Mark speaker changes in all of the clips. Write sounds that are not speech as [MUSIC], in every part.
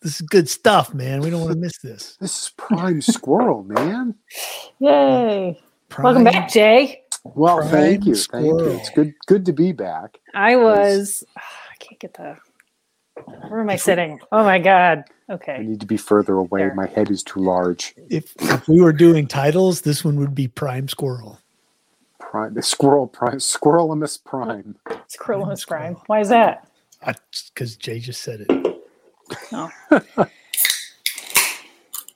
Speaker 1: This is good stuff, man. We don't want to miss this.
Speaker 2: This is prime squirrel, man.
Speaker 3: Yay. Welcome back, Jay.
Speaker 2: Well,
Speaker 1: Prime
Speaker 2: thank you, thank
Speaker 1: squirrel.
Speaker 2: you. It's good, good to be back.
Speaker 3: I was. [SIGHS] I can't get the. Where am I sitting? Oh my God.
Speaker 2: I
Speaker 3: Okay.
Speaker 2: need to be further away.
Speaker 3: There.
Speaker 2: My head is too large.
Speaker 1: If, if we were doing titles, this one would be Prime Squirrel.
Speaker 2: Prime, the squirrel prime, squirrelimus prime.
Speaker 3: It's Corliss Crime. Why is that?
Speaker 1: Because Jay just said it.
Speaker 3: Oh.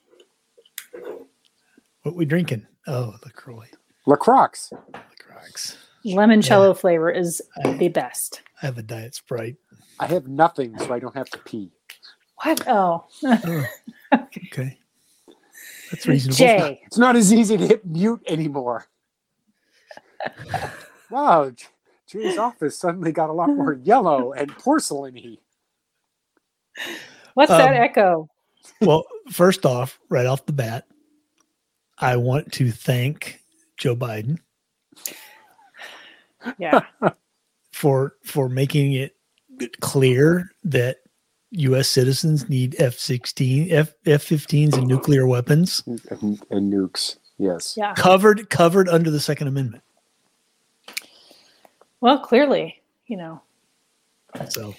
Speaker 1: [LAUGHS] what we drinking? Oh, LaCroix.
Speaker 2: Lacroix.
Speaker 1: LaCroix.
Speaker 3: Limoncello flavor is the best.
Speaker 1: I have a Diet Sprite.
Speaker 2: I have nothing, so I don't have to pee.
Speaker 3: What? Oh.
Speaker 1: Oh, okay. That's reasonable.
Speaker 3: Jay.
Speaker 2: It's not as easy to hit mute anymore. wow, J- Jay's office suddenly got a lot more yellow and porcelainy.
Speaker 3: What's that
Speaker 1: Um,
Speaker 3: echo?
Speaker 1: well, first off, right off the bat, I want to thank Joe Biden
Speaker 3: Yeah. [LAUGHS]
Speaker 1: for for making it clear that U.S. citizens need F-16, F F-15s, and nuclear weapons
Speaker 2: And, and nukes, yes.
Speaker 3: Yeah.
Speaker 1: covered covered under the Second Amendment.
Speaker 3: Well, clearly, you know.
Speaker 1: So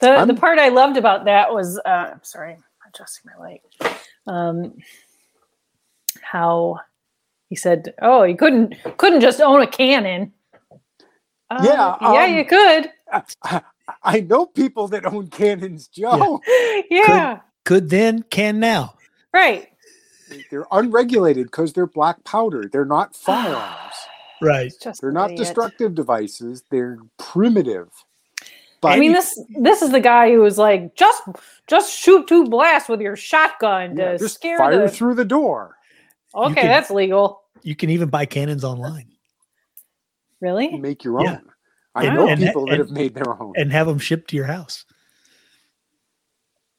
Speaker 3: The, the
Speaker 2: I'm-
Speaker 3: part I loved about that was uh, I'm sorry, I'm adjusting my light. Um, how he said, "Oh, you couldn't couldn't just own a cannon." Uh,
Speaker 2: Yeah,
Speaker 3: yeah,
Speaker 2: um,
Speaker 3: you could. [LAUGHS]
Speaker 2: I, I know people that own cannons, Joe.
Speaker 3: yeah,
Speaker 1: could then, can now.
Speaker 3: right.
Speaker 2: They're unregulated because they're black powder. They're
Speaker 3: Ah,
Speaker 2: not firearms.
Speaker 1: Right.
Speaker 3: It's Just uh,
Speaker 2: They're
Speaker 3: an
Speaker 2: not
Speaker 3: idiot.
Speaker 2: destructive devices. They're primitive. But
Speaker 3: I mean, this this is the guy who was like, "Just just shoot two blasts with your shotgun
Speaker 2: yeah,
Speaker 3: to
Speaker 2: just
Speaker 3: scare
Speaker 2: fire
Speaker 3: the."
Speaker 2: through the
Speaker 3: [LAUGHS]
Speaker 2: door.
Speaker 3: okay,
Speaker 1: can-
Speaker 3: that's legal.
Speaker 1: You can even buy cannons online
Speaker 2: You
Speaker 3: Really?
Speaker 2: make your own.
Speaker 1: Yeah.
Speaker 2: I
Speaker 1: And-
Speaker 2: know
Speaker 1: and-
Speaker 2: people that
Speaker 1: and-
Speaker 2: have made their own.
Speaker 1: and have them shipped to your house.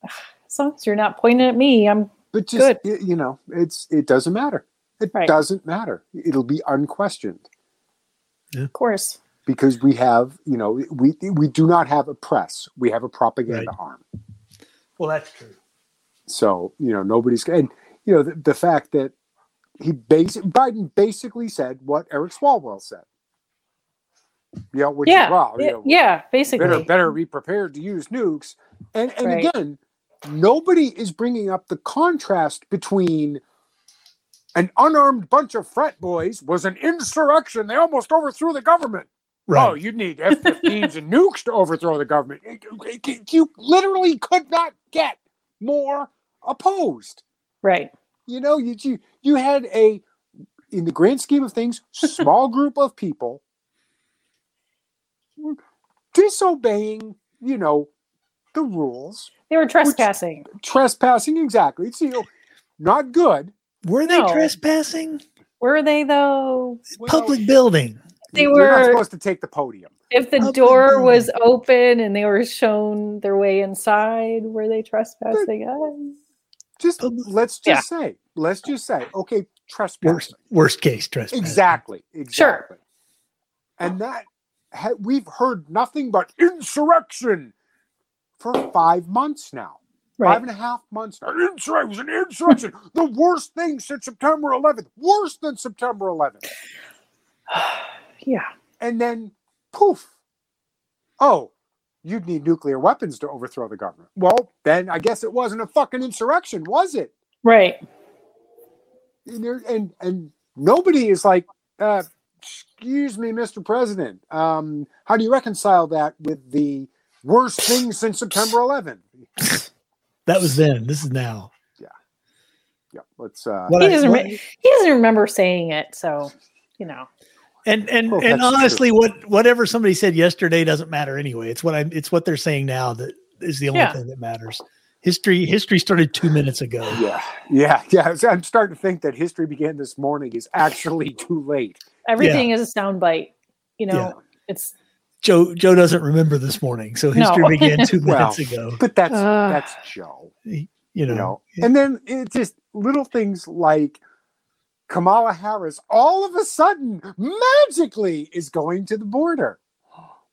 Speaker 3: As long as you're not pointing at me, I'm
Speaker 2: but just
Speaker 3: good.
Speaker 2: y- you know, it's it doesn't matter. It
Speaker 3: Right.
Speaker 2: doesn't matter. It'll be unquestioned
Speaker 3: of course.
Speaker 2: because we have, you know, we we do not have a press. We have a propaganda arm.
Speaker 1: Well, that's true.
Speaker 2: So you know, nobody's and you know the, the fact that he bas Biden basically said what Eric Swalwell said. Oh, Yeah, which
Speaker 3: Yeah,
Speaker 2: is wow.
Speaker 3: yeah,
Speaker 2: you know,
Speaker 3: yeah, basically.
Speaker 2: better better be prepared to use nukes and and
Speaker 3: Right.
Speaker 2: again nobody is bringing up the contrast between an unarmed bunch of frat boys was an insurrection they almost overthrew the government
Speaker 1: Right.
Speaker 2: oh you need f-15s and nukes to overthrow the government It- it- it- you literally could not get more opposed
Speaker 3: Right.
Speaker 2: you know you you, you had a in the grand scheme of things small group of people disobeying you know the rules
Speaker 3: They were trespassing.
Speaker 2: trespassing exactly it's you know, not good
Speaker 1: Were they
Speaker 3: No.
Speaker 1: trespassing?
Speaker 3: Were they though?
Speaker 1: Public building.
Speaker 3: They
Speaker 2: you're not
Speaker 3: were-
Speaker 2: supposed to take the podium
Speaker 3: If the
Speaker 1: Public
Speaker 3: door
Speaker 1: building.
Speaker 3: was open and they were shown their way inside, were they trespassing? Uh,
Speaker 2: just
Speaker 1: Public-
Speaker 2: let's
Speaker 3: Yeah.
Speaker 2: just say let's just say okay
Speaker 1: Worst
Speaker 2: trespassing
Speaker 1: worst case trespassing.
Speaker 2: exactly exactly and that ha- we've heard nothing but insurrection for five months now Five
Speaker 3: Right.
Speaker 2: and a half months. An insurrection. It was an insurrection. the worst thing since September 11th. Worse than September 11th.
Speaker 3: yeah.
Speaker 2: And then, poof. Oh, you'd need nuclear weapons to overthrow the government. Well, then I guess it wasn't a fucking insurrection, was it?
Speaker 3: Right.
Speaker 2: And there, and, and nobody is like, uh, excuse me, Mr. President. Um, how do you reconcile that with the worst thing since September 11th?
Speaker 1: That was then. This is now.
Speaker 2: Yeah, let's. Uh,
Speaker 1: What
Speaker 3: He
Speaker 1: I-
Speaker 3: doesn't
Speaker 1: what-
Speaker 3: re- He doesn't remember saying it, so you know.
Speaker 1: and and
Speaker 2: Oh,
Speaker 1: and
Speaker 2: that's true.
Speaker 1: honestly, what whatever somebody said yesterday doesn't matter anyway. It's what I am it's what they're saying now that is the only
Speaker 3: Yeah.
Speaker 1: thing that matters. History history started two minutes ago.
Speaker 2: Yeah, yeah, yeah. So I'm starting to think that history began this morning is actually too late.
Speaker 3: Everything is a soundbite. You know,
Speaker 1: Yeah.
Speaker 3: it's
Speaker 1: Joe Joe doesn't remember this morning, so history
Speaker 3: No. [LAUGHS]
Speaker 1: began two
Speaker 2: Well.
Speaker 1: minutes ago.
Speaker 2: But that's
Speaker 3: Ugh.
Speaker 2: that's Joe,
Speaker 1: You know,
Speaker 2: you know. And then it's just little things like Kamala Harris all of a sudden magically is going to the border.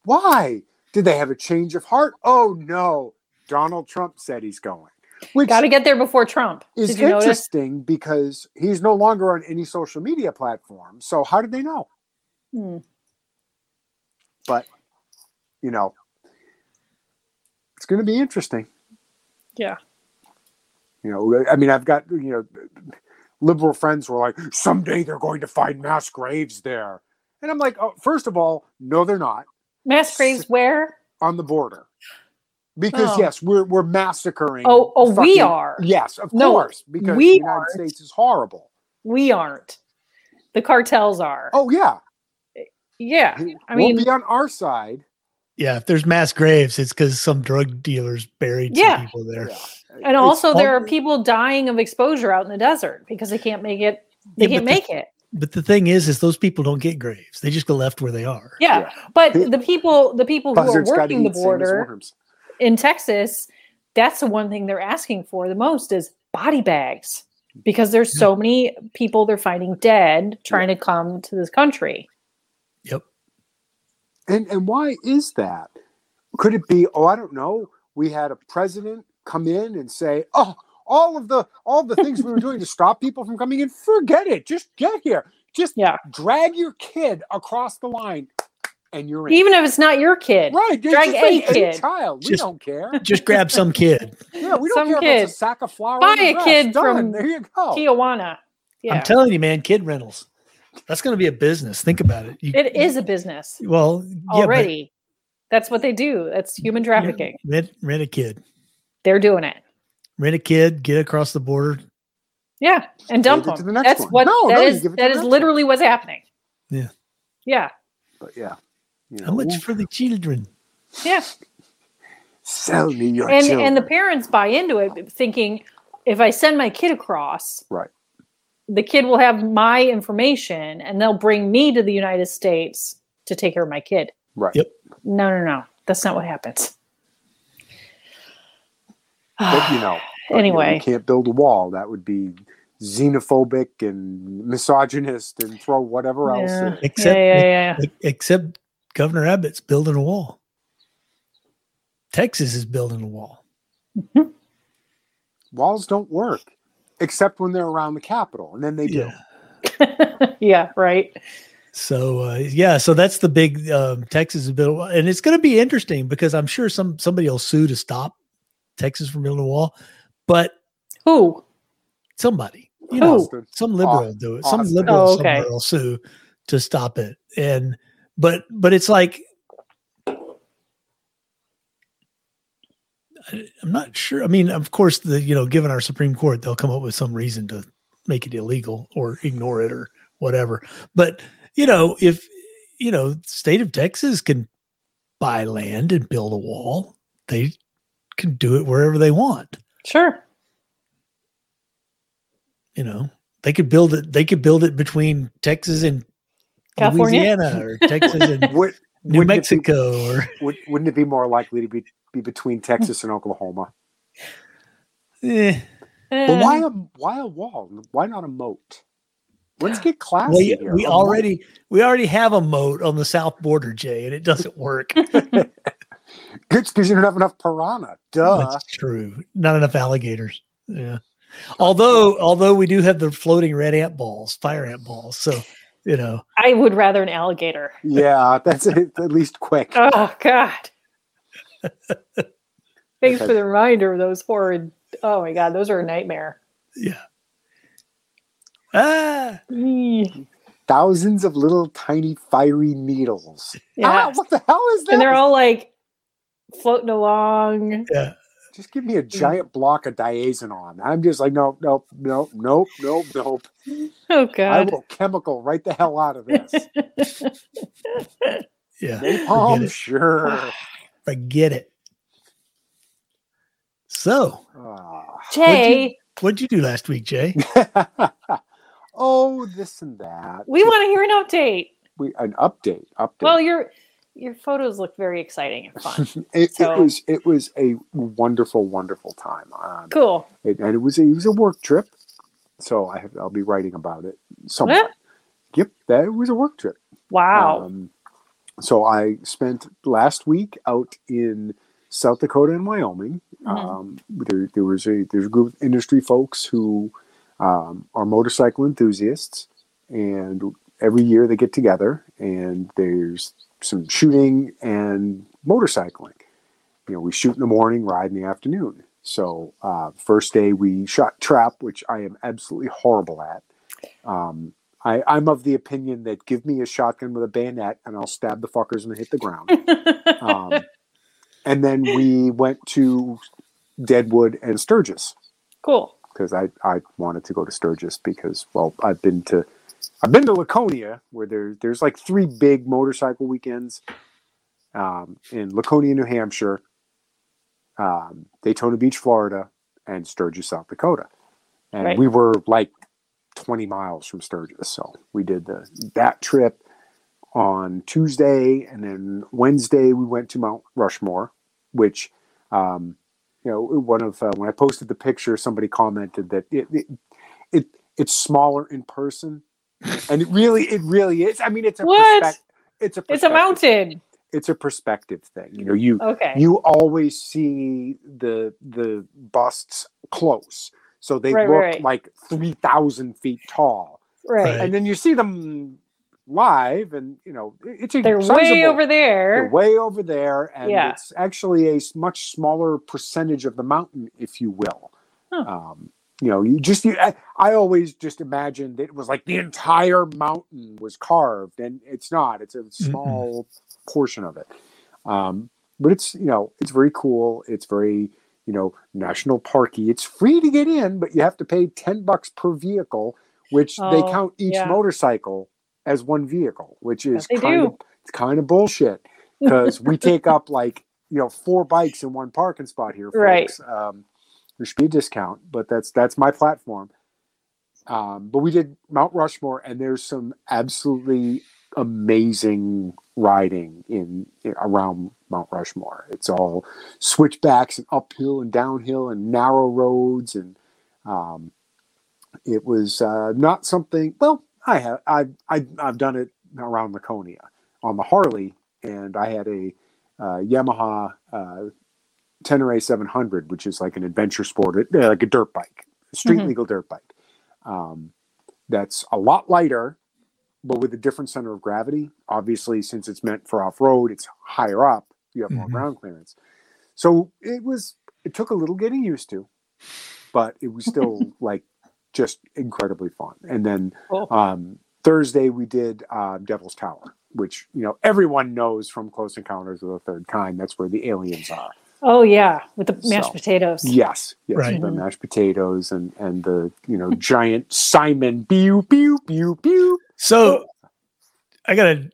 Speaker 2: Why? Did they have a change of heart? Oh no, Donald Trump said he's going. Which
Speaker 3: Got to get there before Trump.
Speaker 2: is
Speaker 3: Did you notice?
Speaker 2: interesting because he's no longer on any social media platform. So how did they know?
Speaker 3: Hmm.
Speaker 2: You know, it's going to be interesting.
Speaker 3: Yeah.
Speaker 2: You know, I mean, I've got you know, liberal friends who are like, someday they're going to find mass graves there, and I'm like, oh, first of all, no, they're not
Speaker 3: Mass graves where?
Speaker 2: on the border, because
Speaker 3: Oh.
Speaker 2: yes, we're we're massacring.
Speaker 3: Oh, oh, we
Speaker 2: fucking-
Speaker 3: are.
Speaker 2: Yes, of
Speaker 3: No,
Speaker 2: course, because
Speaker 3: we
Speaker 2: the United
Speaker 3: aren't.
Speaker 2: States is horrible.
Speaker 3: We aren't. The cartels are.
Speaker 2: Oh yeah,
Speaker 3: yeah. I
Speaker 2: we'll
Speaker 3: mean,
Speaker 2: be on our side.
Speaker 1: Yeah, if there's mass graves, it's because some drug dealers buried
Speaker 3: Yeah.
Speaker 1: some people there.
Speaker 3: and also there are
Speaker 2: people.
Speaker 3: people dying of exposure out in the desert because they can't make it. They
Speaker 1: Yeah,
Speaker 3: can't
Speaker 1: but the-
Speaker 3: make it.
Speaker 1: But the thing is, is those people don't get graves; they just go left where they are.
Speaker 3: Yeah.
Speaker 2: Yeah.
Speaker 3: But the people, the people who
Speaker 2: Buzzards
Speaker 3: are
Speaker 2: gotta
Speaker 3: working the
Speaker 2: eat same as
Speaker 3: border
Speaker 2: worms.
Speaker 3: in Texas, that's the one thing they're asking for the most is body bags because there's so many people they're finding dead trying to come to this country.
Speaker 1: Yep.
Speaker 2: And and why is that? Could it be? Oh, I don't know. We had a president come in and say, "Oh, all of the all the things we were doing to stop people from coming in, forget it. Just get here. Just
Speaker 3: Yeah.
Speaker 2: drag your kid across the line, and you're in."
Speaker 3: Even if it's not your kid.
Speaker 2: Right, just
Speaker 3: drag
Speaker 2: like
Speaker 3: any kid.
Speaker 2: child. We
Speaker 1: Just-
Speaker 2: don't
Speaker 3: [LAUGHS]
Speaker 2: care.
Speaker 1: Just grab some kid.
Speaker 2: Yeah, we don't
Speaker 3: Some
Speaker 2: care if
Speaker 3: kid.
Speaker 2: it's a sack of flour.
Speaker 3: Buy
Speaker 2: and
Speaker 3: a
Speaker 2: dress.
Speaker 3: kid
Speaker 2: Done.
Speaker 3: from
Speaker 2: there. You go.
Speaker 3: Tijuana. Yeah.
Speaker 1: I'm telling you, man, kid rentals. That's going to be a business. Think about it. You-
Speaker 3: it is a business
Speaker 1: Well, yeah, but
Speaker 3: already. That's what they do. That's human trafficking.
Speaker 1: Rent, rent a kid.
Speaker 3: They're doing it.
Speaker 1: Rent a kid. Get across the border.
Speaker 3: Yeah,
Speaker 2: Give
Speaker 3: and dump
Speaker 2: it to
Speaker 3: them.
Speaker 2: the next
Speaker 3: That's
Speaker 2: one.
Speaker 3: what
Speaker 2: No,
Speaker 3: that
Speaker 2: no, you
Speaker 3: is.
Speaker 2: give it to
Speaker 3: That
Speaker 2: the
Speaker 3: is
Speaker 2: next one.
Speaker 3: literally what's happening.
Speaker 1: Yeah.
Speaker 3: Yeah.
Speaker 2: But yeah, you
Speaker 1: How
Speaker 2: know,
Speaker 1: much for the children?
Speaker 3: Yeah.
Speaker 2: Sell me your
Speaker 3: and
Speaker 2: children.
Speaker 3: and the parents buy into it, thinking if I send my kid across,
Speaker 2: Right.
Speaker 3: the kid will have my information, and they'll bring me to the United States to take care of my kid.
Speaker 2: right.
Speaker 1: Yep.
Speaker 3: No, no, no. That's not what happens. [SIGHS]
Speaker 2: But you know, But, you know,
Speaker 3: [SIGHS] anyway.
Speaker 2: you can't build a wall. That would be xenophobic and misogynist and throw whatever else.
Speaker 3: Yeah.
Speaker 2: in.
Speaker 1: Except,
Speaker 3: yeah, yeah, yeah. [LAUGHS]
Speaker 1: except Governor Abbott's building a wall. Texas is building a wall.
Speaker 2: Walls don't work except when they're around the Capitol, and then they do.
Speaker 3: yeah, right.
Speaker 1: So uh, yeah, so that's the big um, Texas is built, and it's going to be interesting because I'm sure some somebody will sue to stop Texas from building a wall, but
Speaker 3: Who?
Speaker 1: somebody, you know,
Speaker 2: Austin.
Speaker 1: some liberal
Speaker 2: Au-
Speaker 1: will do it. Some
Speaker 2: Austin.
Speaker 1: liberal
Speaker 3: Oh, okay.
Speaker 1: somewhere will sue to stop it, and but but it's like I, I'm not sure. I mean, of course, the you know, given our Supreme Court, they'll come up with some reason to make it illegal or ignore it or whatever. But you know, if you know, state of Texas can buy land and build a wall, they can do it wherever they want.
Speaker 3: Sure.
Speaker 1: You know, they could build it. They could build it between Texas and
Speaker 3: California?
Speaker 1: Louisiana or Texas and
Speaker 2: Would,
Speaker 1: New
Speaker 2: wouldn't it be-
Speaker 1: Mexico or
Speaker 2: would, wouldn't it be more likely to be, be between Texas and Oklahoma?
Speaker 1: eh.
Speaker 2: But why
Speaker 3: Eh,
Speaker 2: a why a wall? Why not a moat? Let's get classy
Speaker 1: Well,
Speaker 2: here. Oh,
Speaker 1: we
Speaker 2: A
Speaker 1: already we already have a moat on the south border, Jay, and it doesn't work.
Speaker 2: moat. it's because you don't have enough piranha. [LAUGHS] Duh.
Speaker 1: That's true. Not enough alligators. Yeah. Although although we do have the floating red ant balls, fire ant balls. So you know,
Speaker 3: I would rather an alligator.
Speaker 2: Yeah, that's it, at least quick.
Speaker 3: Oh God. Thanks
Speaker 2: Okay.
Speaker 3: for the reminder of those horrid oh my god, those are a nightmare.
Speaker 1: yeah. Ah,
Speaker 3: Eee.
Speaker 2: Thousands of little tiny fiery needles.
Speaker 3: Yeah.
Speaker 2: Ah, what the hell is that?
Speaker 3: and they're all like floating along.
Speaker 1: yeah.
Speaker 2: just give me
Speaker 3: Mm.
Speaker 2: a giant block of diazinon. I'm just like, nope, nope, nope, nope, nope, nope.
Speaker 3: Oh
Speaker 2: I
Speaker 3: god.
Speaker 2: will chemical right the hell
Speaker 3: [LAUGHS]
Speaker 2: out of this.
Speaker 1: Yeah. Forget
Speaker 2: Napalm,
Speaker 1: it.
Speaker 2: sure.
Speaker 1: Forget it. So,
Speaker 2: Ah.
Speaker 3: Jay,
Speaker 1: what'd you do last week, Jay?
Speaker 2: Ah. [LAUGHS] oh, this and that.
Speaker 3: we want to hear an update.
Speaker 2: we, an update. Update.
Speaker 3: Well, your your photos look very exciting and fun.
Speaker 2: [LAUGHS] it, it
Speaker 3: so-
Speaker 2: was it was a wonderful, wonderful time. Um,
Speaker 3: cool.
Speaker 2: it, and it was a, it was a work trip, so I have, I'll be writing about it. Somewhere.
Speaker 3: What?
Speaker 2: Yep, that was a work trip.
Speaker 3: Wow.
Speaker 2: Um, so I spent last week out in South Dakota and Wyoming.
Speaker 3: Mhm.
Speaker 2: Um, there, there was a there's a group of industry folks who um, are motorcycle enthusiasts, and every year they get together and there's some shooting and motorcycling. You know, we shoot in the morning, ride in the afternoon. So uh, first day we shot trap, which I am absolutely horrible at. Um, I, I'm of the opinion that give me a shotgun with a bayonet and I'll stab the fuckers and hit the ground
Speaker 3: Mm-hmm.
Speaker 2: um, and then we went to Deadwood and Sturgis
Speaker 3: [LAUGHS] cool.
Speaker 2: because I, I wanted to go to Sturgis because well I've been to I've been to Laconia where there there's like three big motorcycle weekends um, in Laconia, New Hampshire, um, Daytona Beach, Florida, and Sturgis, South Dakota, and
Speaker 3: Right.
Speaker 2: we were like 20 miles from Sturgis, so we did the, that trip on Tuesday, and then Wednesday we went to Mount Rushmore, which um, you know one of uh, when I posted the picture, somebody commented that it, it it it's smaller in person, and it really it really is. I mean, it's a
Speaker 3: What?
Speaker 2: perspec- it's a
Speaker 3: It's a
Speaker 2: perspective-
Speaker 3: mountain.
Speaker 2: It's a perspective thing. You know, you
Speaker 3: Mm, Okay.
Speaker 2: you always see the the busts close, so they
Speaker 3: Right,
Speaker 2: look
Speaker 3: right, right.
Speaker 2: like three thousand feet tall,
Speaker 3: right.
Speaker 2: and then you see them live, and you know it- it's a
Speaker 3: They're way
Speaker 2: sizable-
Speaker 3: over
Speaker 2: they're
Speaker 3: there.
Speaker 2: way over there, and
Speaker 3: Yeah.
Speaker 2: it's actually a s- much smaller percentage of the mountain, if you will.
Speaker 3: Huh.
Speaker 2: Um, you know, you just you, I, I always just imagined it was like the entire mountain was carved, and it's not. It's a small portion of it, um, but it's you know it's very cool. It's very you know national parky. It's free to get in, but you have to pay ten bucks per vehicle, which they
Speaker 3: Oh,
Speaker 2: count each
Speaker 3: yeah.
Speaker 2: motorcycle as one vehicle, which is
Speaker 3: they
Speaker 2: kind of
Speaker 3: do.
Speaker 2: it's kind of bullshit because we take up like you know four bikes in one parking spot here
Speaker 3: Right.
Speaker 2: folks. um there should be a discount but that's that's my platform um but we did mount rushmore and there's some absolutely amazing riding in, in around mount rushmore it's all switchbacks and uphill and downhill and narrow roads and um it was uh not something well i have i i i've done it around laconia on the Harley, and I had a uh, Yamaha uh, Tenere 700, which is like an adventure sport, uh, like a dirt bike, street
Speaker 3: Mhm.
Speaker 2: legal dirt bike. Um, that's a lot lighter, but with a different center of gravity. Obviously, since it's meant for off road, it's higher up. You have more
Speaker 1: Mhm.
Speaker 2: ground clearance. So it was. It took a little getting used to, but it was still like just incredibly fun. And then
Speaker 3: Cool.
Speaker 2: um, Thursday we did uh, Devil's Tower, which you know everyone knows from Close Encounters of the Third Kind. That's where the aliens are.
Speaker 3: Oh yeah, with the mashed
Speaker 2: So,
Speaker 3: potatoes.
Speaker 2: Yes, yes,
Speaker 1: Right.
Speaker 2: the mashed potatoes and and the you know giant Simon pew pew pew pew.
Speaker 1: So I gotta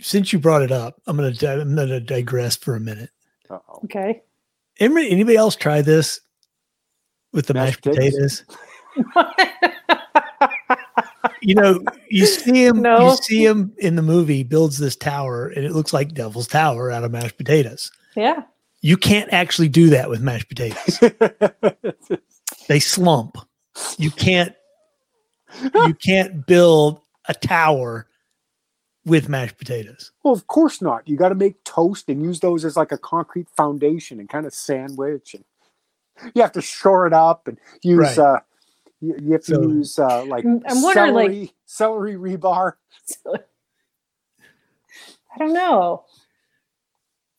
Speaker 1: since you brought it up, I'm gonna di- I'm gonna digress for a minute.
Speaker 2: Uh oh.
Speaker 3: Okay.
Speaker 1: Anybody, anybody else try this with the mashed,
Speaker 2: Mashed potatoes?
Speaker 1: potatoes? You know, you see him
Speaker 3: No.
Speaker 1: you see him in the movie builds this tower and it looks like Devil's Tower out of mashed potatoes.
Speaker 3: [LAUGHS] yeah.
Speaker 1: You can't actually do that with mashed potatoes. they slump. You can't you can't build a tower with mashed potatoes.
Speaker 2: [LAUGHS] well, of course not. You got to make toast and use those as like a concrete foundation and kind of sandwich. And you have to shore it up and use.
Speaker 1: Right.
Speaker 2: Uh, you, you have to
Speaker 1: So-
Speaker 2: use uh, like
Speaker 3: I'm wondering, like-
Speaker 2: celery, celery rebar.
Speaker 3: I don't know.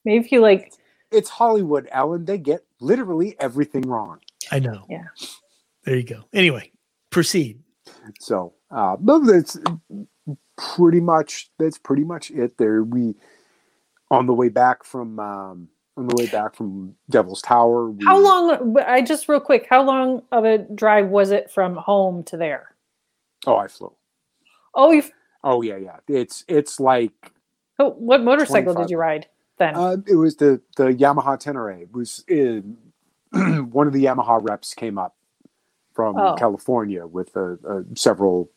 Speaker 3: Maybe if you like
Speaker 2: it's Hollywood, Alan. They get literally everything wrong.
Speaker 1: I know.
Speaker 3: Yeah.
Speaker 1: There you go. Anyway, proceed.
Speaker 2: So, uh, but that's pretty much that's pretty much it. There, we on the way back from um, on the way back from Devil's Tower. We,
Speaker 3: how long I just real quick, how long of a drive was it from home to there?
Speaker 2: Oh, I flew.
Speaker 3: Oh, you
Speaker 2: Oh yeah, yeah. It's it's like
Speaker 3: oh, what motorcycle
Speaker 2: 25.
Speaker 3: did you ride then?
Speaker 2: uh, it was the the Yamaha Tenere. It was in, [CLEARS THROAT] one of the Yamaha reps came up from
Speaker 3: Oh.
Speaker 2: California with uh, uh, several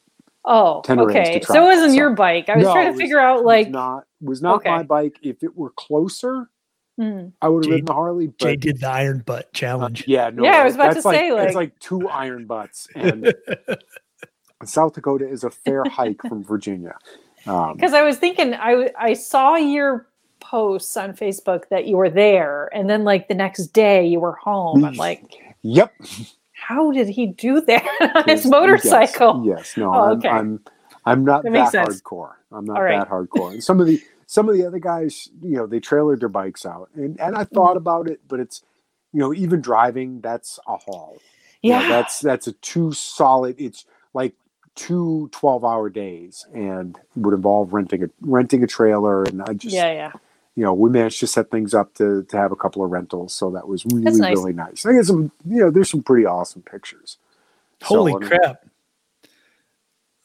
Speaker 3: oh,
Speaker 2: Tenerae's to
Speaker 3: okay.
Speaker 2: try,
Speaker 3: So it wasn't
Speaker 2: so-
Speaker 3: your bike. I was
Speaker 2: No, it
Speaker 3: trying to
Speaker 2: was-
Speaker 3: figure out
Speaker 2: was
Speaker 3: like
Speaker 2: not was not
Speaker 3: Okay.
Speaker 2: my bike. If it were closer,
Speaker 3: mm,
Speaker 2: I would have
Speaker 1: Jay-
Speaker 2: ridden the Harley. But
Speaker 1: Jay did the iron butt
Speaker 2: Uh,
Speaker 1: challenge.
Speaker 2: yeah, no,
Speaker 3: Yeah, I was about to
Speaker 2: that's
Speaker 3: say, like-
Speaker 2: it's like two iron butts, and South Dakota is a fair hike from Virginia. Um,
Speaker 3: [LAUGHS] because I was thinking I w- I saw your posts on Facebook that you were there, and then like the next day you were home. I'm like, [LAUGHS]
Speaker 2: Yep.
Speaker 3: how did he do that on
Speaker 2: Yes,
Speaker 3: his motorcycle?
Speaker 2: Yes. yes. No,
Speaker 3: Oh,
Speaker 2: I'm,
Speaker 3: okay.
Speaker 2: I'm I'm not
Speaker 3: That
Speaker 2: that,
Speaker 3: makes sense.
Speaker 2: hardcore. I'm not
Speaker 3: All right.
Speaker 2: that hardcore. And some of the some of the other guys, you know, they trailered their bikes out, and and I
Speaker 3: Mm-hmm.
Speaker 2: thought about it, but it's you know even driving that's a haul. You know,
Speaker 3: Yeah,
Speaker 2: that's that's a two solid. It's like two 12 hour days and would involve renting a renting a trailer and I just
Speaker 3: yeah, yeah.
Speaker 2: you know, we managed to set things up to, to have a couple of rentals. So that was really,
Speaker 3: nice.
Speaker 2: really nice. I get some, you know, there's some pretty awesome pictures.
Speaker 1: Holy
Speaker 2: So, I mean,
Speaker 1: crap!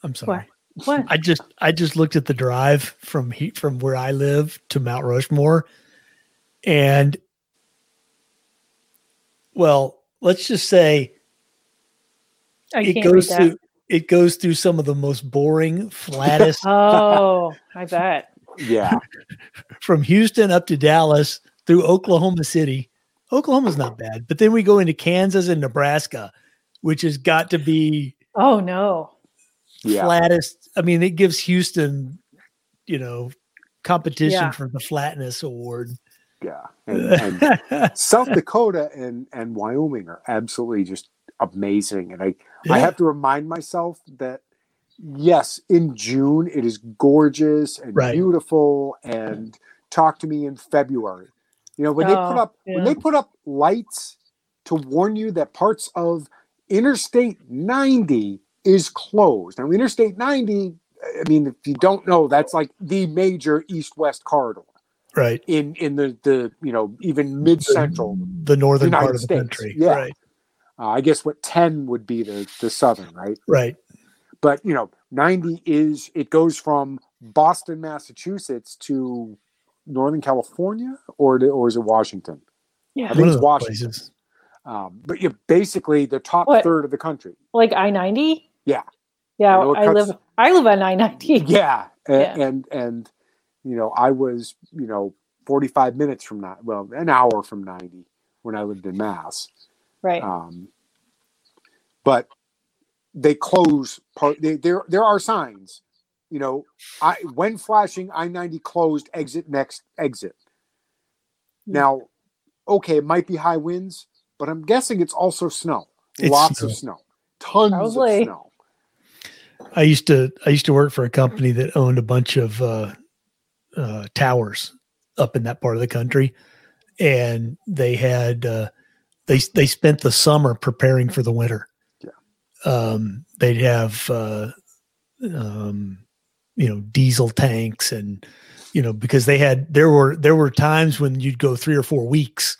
Speaker 1: I'm sorry. [LAUGHS]
Speaker 3: What?
Speaker 1: I just I just looked at the drive from he, from where I live to Mount Rushmore, and well, let's just say
Speaker 3: I
Speaker 1: it
Speaker 3: can't
Speaker 1: goes
Speaker 3: read that.
Speaker 1: through it goes through some of the most boring,
Speaker 3: [LAUGHS]
Speaker 1: flattest
Speaker 3: Oh, I bet. [LAUGHS]
Speaker 2: Yeah.
Speaker 1: from Houston up to Dallas through Oklahoma City. Oklahoma's not bad, but then we go into Kansas and Nebraska, which has got to be
Speaker 3: Oh no.
Speaker 2: Yeah.
Speaker 1: flattest. I mean, it gives Houston, you know, competition
Speaker 3: Yeah.
Speaker 1: for the flatness award. [LAUGHS]
Speaker 2: Yeah. And,
Speaker 3: [LAUGHS]
Speaker 2: and South Dakota and, and Wyoming are absolutely just amazing. And I, I have to remind myself that yes, in June it is gorgeous and
Speaker 1: Right.
Speaker 2: beautiful and talk to me in February. You know, when they put
Speaker 3: Oh,
Speaker 2: up when they put up lights to warn you that parts of Interstate 90 is closed. Now Interstate 90, I mean if you don't know, that's like the major east-west corridor
Speaker 1: right.
Speaker 2: in in the the, you know, even mid-central
Speaker 1: The northern
Speaker 2: United
Speaker 1: part of the
Speaker 2: States,
Speaker 1: country.
Speaker 2: yeah.
Speaker 1: Right.
Speaker 2: uh, I guess what 10 would be the the southern, right?
Speaker 1: Right.
Speaker 2: but you know 90 is it goes from boston massachusetts to northern california or to, or is it washington I
Speaker 3: Yeah.
Speaker 2: think
Speaker 1: One of
Speaker 2: it's
Speaker 1: those
Speaker 2: Washington.
Speaker 1: places.
Speaker 2: um, but you're basically the top
Speaker 3: What?
Speaker 2: third of the country
Speaker 3: Like I ninety.
Speaker 2: Yeah.
Speaker 3: Yeah.
Speaker 2: You know, it
Speaker 3: I
Speaker 2: cuts-
Speaker 3: live. I live on I ninety.
Speaker 2: yeah. A-
Speaker 3: [LAUGHS] Yeah.
Speaker 2: and and you know i was you know 45 minutes from that well an hour from 90 when i lived in mass
Speaker 3: Right.
Speaker 2: um, but they close part they, there there are signs you know i when flashing i-90 closed exit next exit
Speaker 3: Hmm.
Speaker 2: now okay it might be high winds but i'm guessing it's also snow
Speaker 1: It's
Speaker 2: lots of snow tons
Speaker 3: Probably.
Speaker 2: of snow
Speaker 1: I used to I used to work for a company that owned a bunch of uh, uh, towers up in that part of the country, and they had uh, they they spent the summer preparing for the winter. Yeah, um, they'd have uh, um, you know diesel tanks and you know because they had there were there were times when you'd go three or four weeks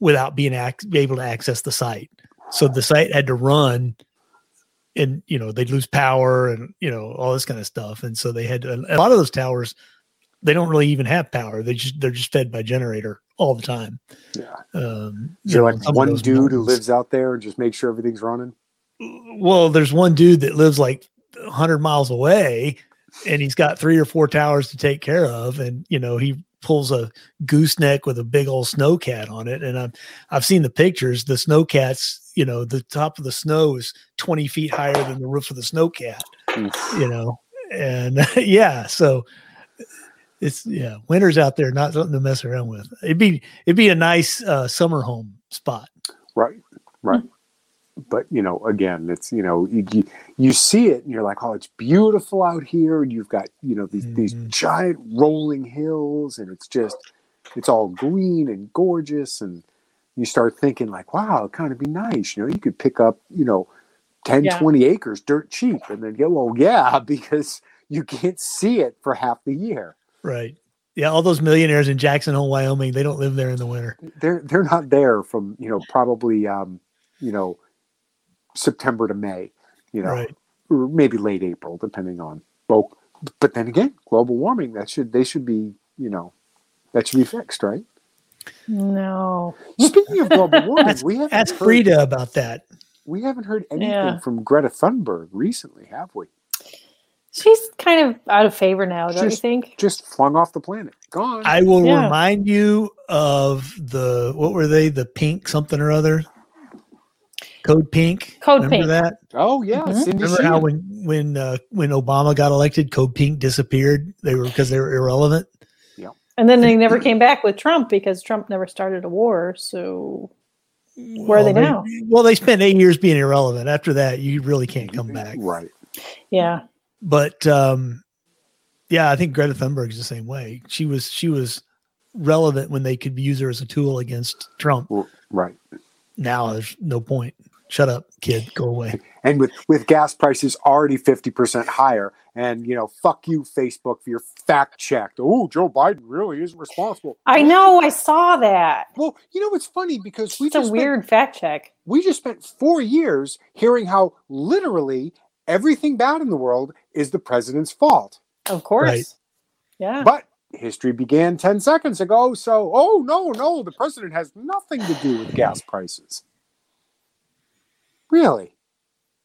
Speaker 1: without being ac- able to access the site, so the site had to run and you know they'd lose power and you know all this kind of stuff and so they had a a lot of those towers they don't really even have power they just they're just fed by generator all the time
Speaker 2: yeah
Speaker 1: um you
Speaker 2: so
Speaker 1: know,
Speaker 2: like
Speaker 1: some of
Speaker 2: one
Speaker 1: those
Speaker 2: dude who
Speaker 1: mountains.
Speaker 2: lives out there and just makes sure everything's running
Speaker 1: well there's one dude that lives like 100 miles away and he's got three or four towers to take care of and you know he pulls a gooseneck with a big old snowcat on it and i'm i've seen the pictures the snowcats you know the top of the snow is 20 feet higher than the roof of the snowcat
Speaker 2: Oof.
Speaker 1: you know and [LAUGHS] yeah so it's yeah winter's out there not something to mess around with it'd be it'd be a nice uh, summer home spot
Speaker 2: Right, right. But you know, again, it's you know, you, you you see it and you're like, oh, it's beautiful out here, and you've got you know these these
Speaker 1: Mhm.
Speaker 2: giant rolling hills, and it's just it's all green and gorgeous, and you start thinking like, wow, it kind of be nice, you know, you could pick up you know 10,
Speaker 3: Yeah.
Speaker 2: 20 acres dirt cheap, and then go, well, yeah, [LAUGHS] because you can't see it for half the year.
Speaker 1: right yeah all those millionaires in jackson hole wyoming they don't live there in the winter
Speaker 2: They're they're not there from you know probably um, you know September to May, you know.
Speaker 1: right
Speaker 2: or maybe late April, depending on. Well, but then again, global warming. That should they should be you know that should be fixed, right?
Speaker 3: No.
Speaker 2: Speaking of global
Speaker 1: [LAUGHS]
Speaker 2: warming, we haven't
Speaker 1: ask
Speaker 2: heard,
Speaker 1: frida about that
Speaker 2: We haven't heard anything
Speaker 3: Yeah.
Speaker 2: from Greta Thunberg recently, have we?
Speaker 3: She's kind of out of favor now, don't you
Speaker 2: She's-
Speaker 3: think?
Speaker 2: Just flung off the planet, gone.
Speaker 1: i will
Speaker 3: Yeah.
Speaker 1: remind you of the what were they the pink something or other code pink
Speaker 3: Code
Speaker 1: remember
Speaker 3: Pink.
Speaker 1: that
Speaker 2: oh yeah,
Speaker 3: Mhm.
Speaker 1: Mm-hmm.
Speaker 2: Cindy
Speaker 1: remember
Speaker 2: Sheehan.
Speaker 1: how when when uh, when obama got elected code pink disappeared they were because they were irrelevant
Speaker 3: And then
Speaker 2: [CLEARS THROAT]
Speaker 3: they never came back with Trump because Trump never started a war. So Where are they now?
Speaker 1: well, they spent eight years being irrelevant. After that, you really can't come back.
Speaker 2: Right.
Speaker 3: yeah,
Speaker 1: But um, yeah, I think Greta Thunberg's the same way. She was she was relevant when they could use her as a tool against Trump.
Speaker 2: Right.
Speaker 1: Now there's no point. Shut up, kid. Go away.
Speaker 2: And with, with gas prices already 50% higher, and, you know, fuck you, Facebook, for your fact check. Oh, Joe Biden really isn't responsible.
Speaker 3: I know. I saw that.
Speaker 2: Well, you know, it's funny because we
Speaker 3: It's a
Speaker 2: just spent-
Speaker 3: weird fact check.
Speaker 2: we just spent four years hearing how literally everything bad in the world is the president's fault.
Speaker 3: Of course.
Speaker 1: Right.
Speaker 3: Yeah. [LAUGHS]
Speaker 2: But history began 10 seconds ago, so oh no, no, the president has nothing to do with gas prices. Really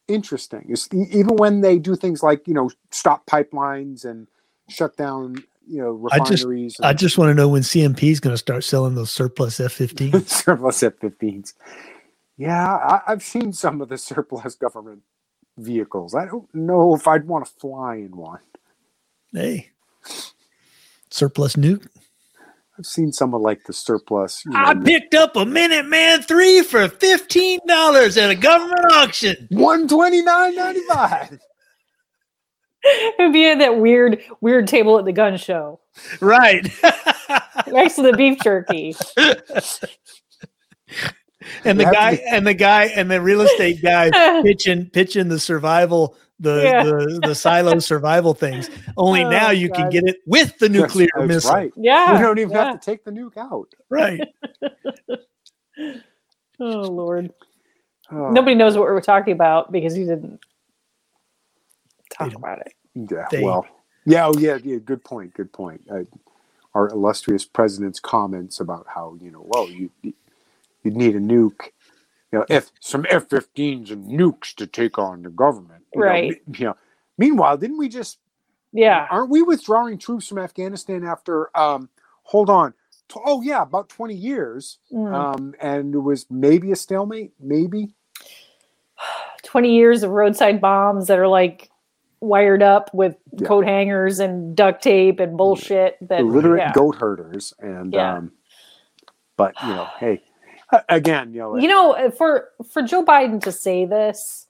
Speaker 2: interesting. It's, e- even when they do things like, you know, stop pipelines and shut down, you know,
Speaker 1: I just-
Speaker 2: refineries.
Speaker 1: I just want to know when CMP is going to start selling those surplus F-15s. [LAUGHS]
Speaker 2: and [LAUGHS] surplus F 15s. Yeah, I, I've seen some of the surplus government vehicles. I don't know if I'd want to fly in one.
Speaker 1: hey, surplus nuke.
Speaker 2: I've seen some of like the surplus. you know,
Speaker 1: I picked up a Minuteman three for fifteen dollars at a government
Speaker 2: [LAUGHS]
Speaker 1: auction.
Speaker 2: 129.95.
Speaker 3: it would be at that weird, weird table at the gun show
Speaker 1: Right.
Speaker 3: next to the beef jerky. [LAUGHS]
Speaker 1: and the
Speaker 2: You have to
Speaker 1: guy
Speaker 2: be-
Speaker 1: and the guy and the real estate guy
Speaker 3: yeah.
Speaker 1: pitching pitching the survival the
Speaker 3: Yeah.
Speaker 1: the, the
Speaker 3: [LAUGHS]
Speaker 1: silo survival things. Only
Speaker 3: Oh,
Speaker 1: now you can
Speaker 3: God.
Speaker 1: get it with the nuclear
Speaker 2: That's
Speaker 1: missile.
Speaker 2: Right. You don't even
Speaker 3: yeah.
Speaker 2: have to take the nuke out.
Speaker 1: right.
Speaker 3: Oh Lord.
Speaker 2: Oh,
Speaker 3: Nobody knows what we were talking about because you didn't
Speaker 1: They
Speaker 3: talk
Speaker 1: don't.
Speaker 3: about it.
Speaker 2: Yeah,
Speaker 1: They-
Speaker 2: well, yeah, oh, yeah, yeah. Good point. Good point. Uh, our illustrious president's comments about how you know, well, you you need a nuke, you know, if some F-15s and nukes to take on the government, you know,
Speaker 3: Right.
Speaker 2: me- you know. Meanwhile, didn't we just?
Speaker 3: Yeah.
Speaker 2: Aren't we withdrawing troops from Afghanistan after? Um, hold on. T- Oh yeah, about twenty years.
Speaker 3: Mm.
Speaker 2: Um, and it was maybe a stalemate. Maybe
Speaker 3: 20 years of roadside bombs that are like wired up with
Speaker 2: Yeah.
Speaker 3: coat hangers and duct tape and bullshit that
Speaker 2: illiterate
Speaker 3: yeah.
Speaker 2: goat herders and
Speaker 3: Yeah.
Speaker 2: um but you know hey a- again you know,
Speaker 3: you know uh, for for joe biden to say this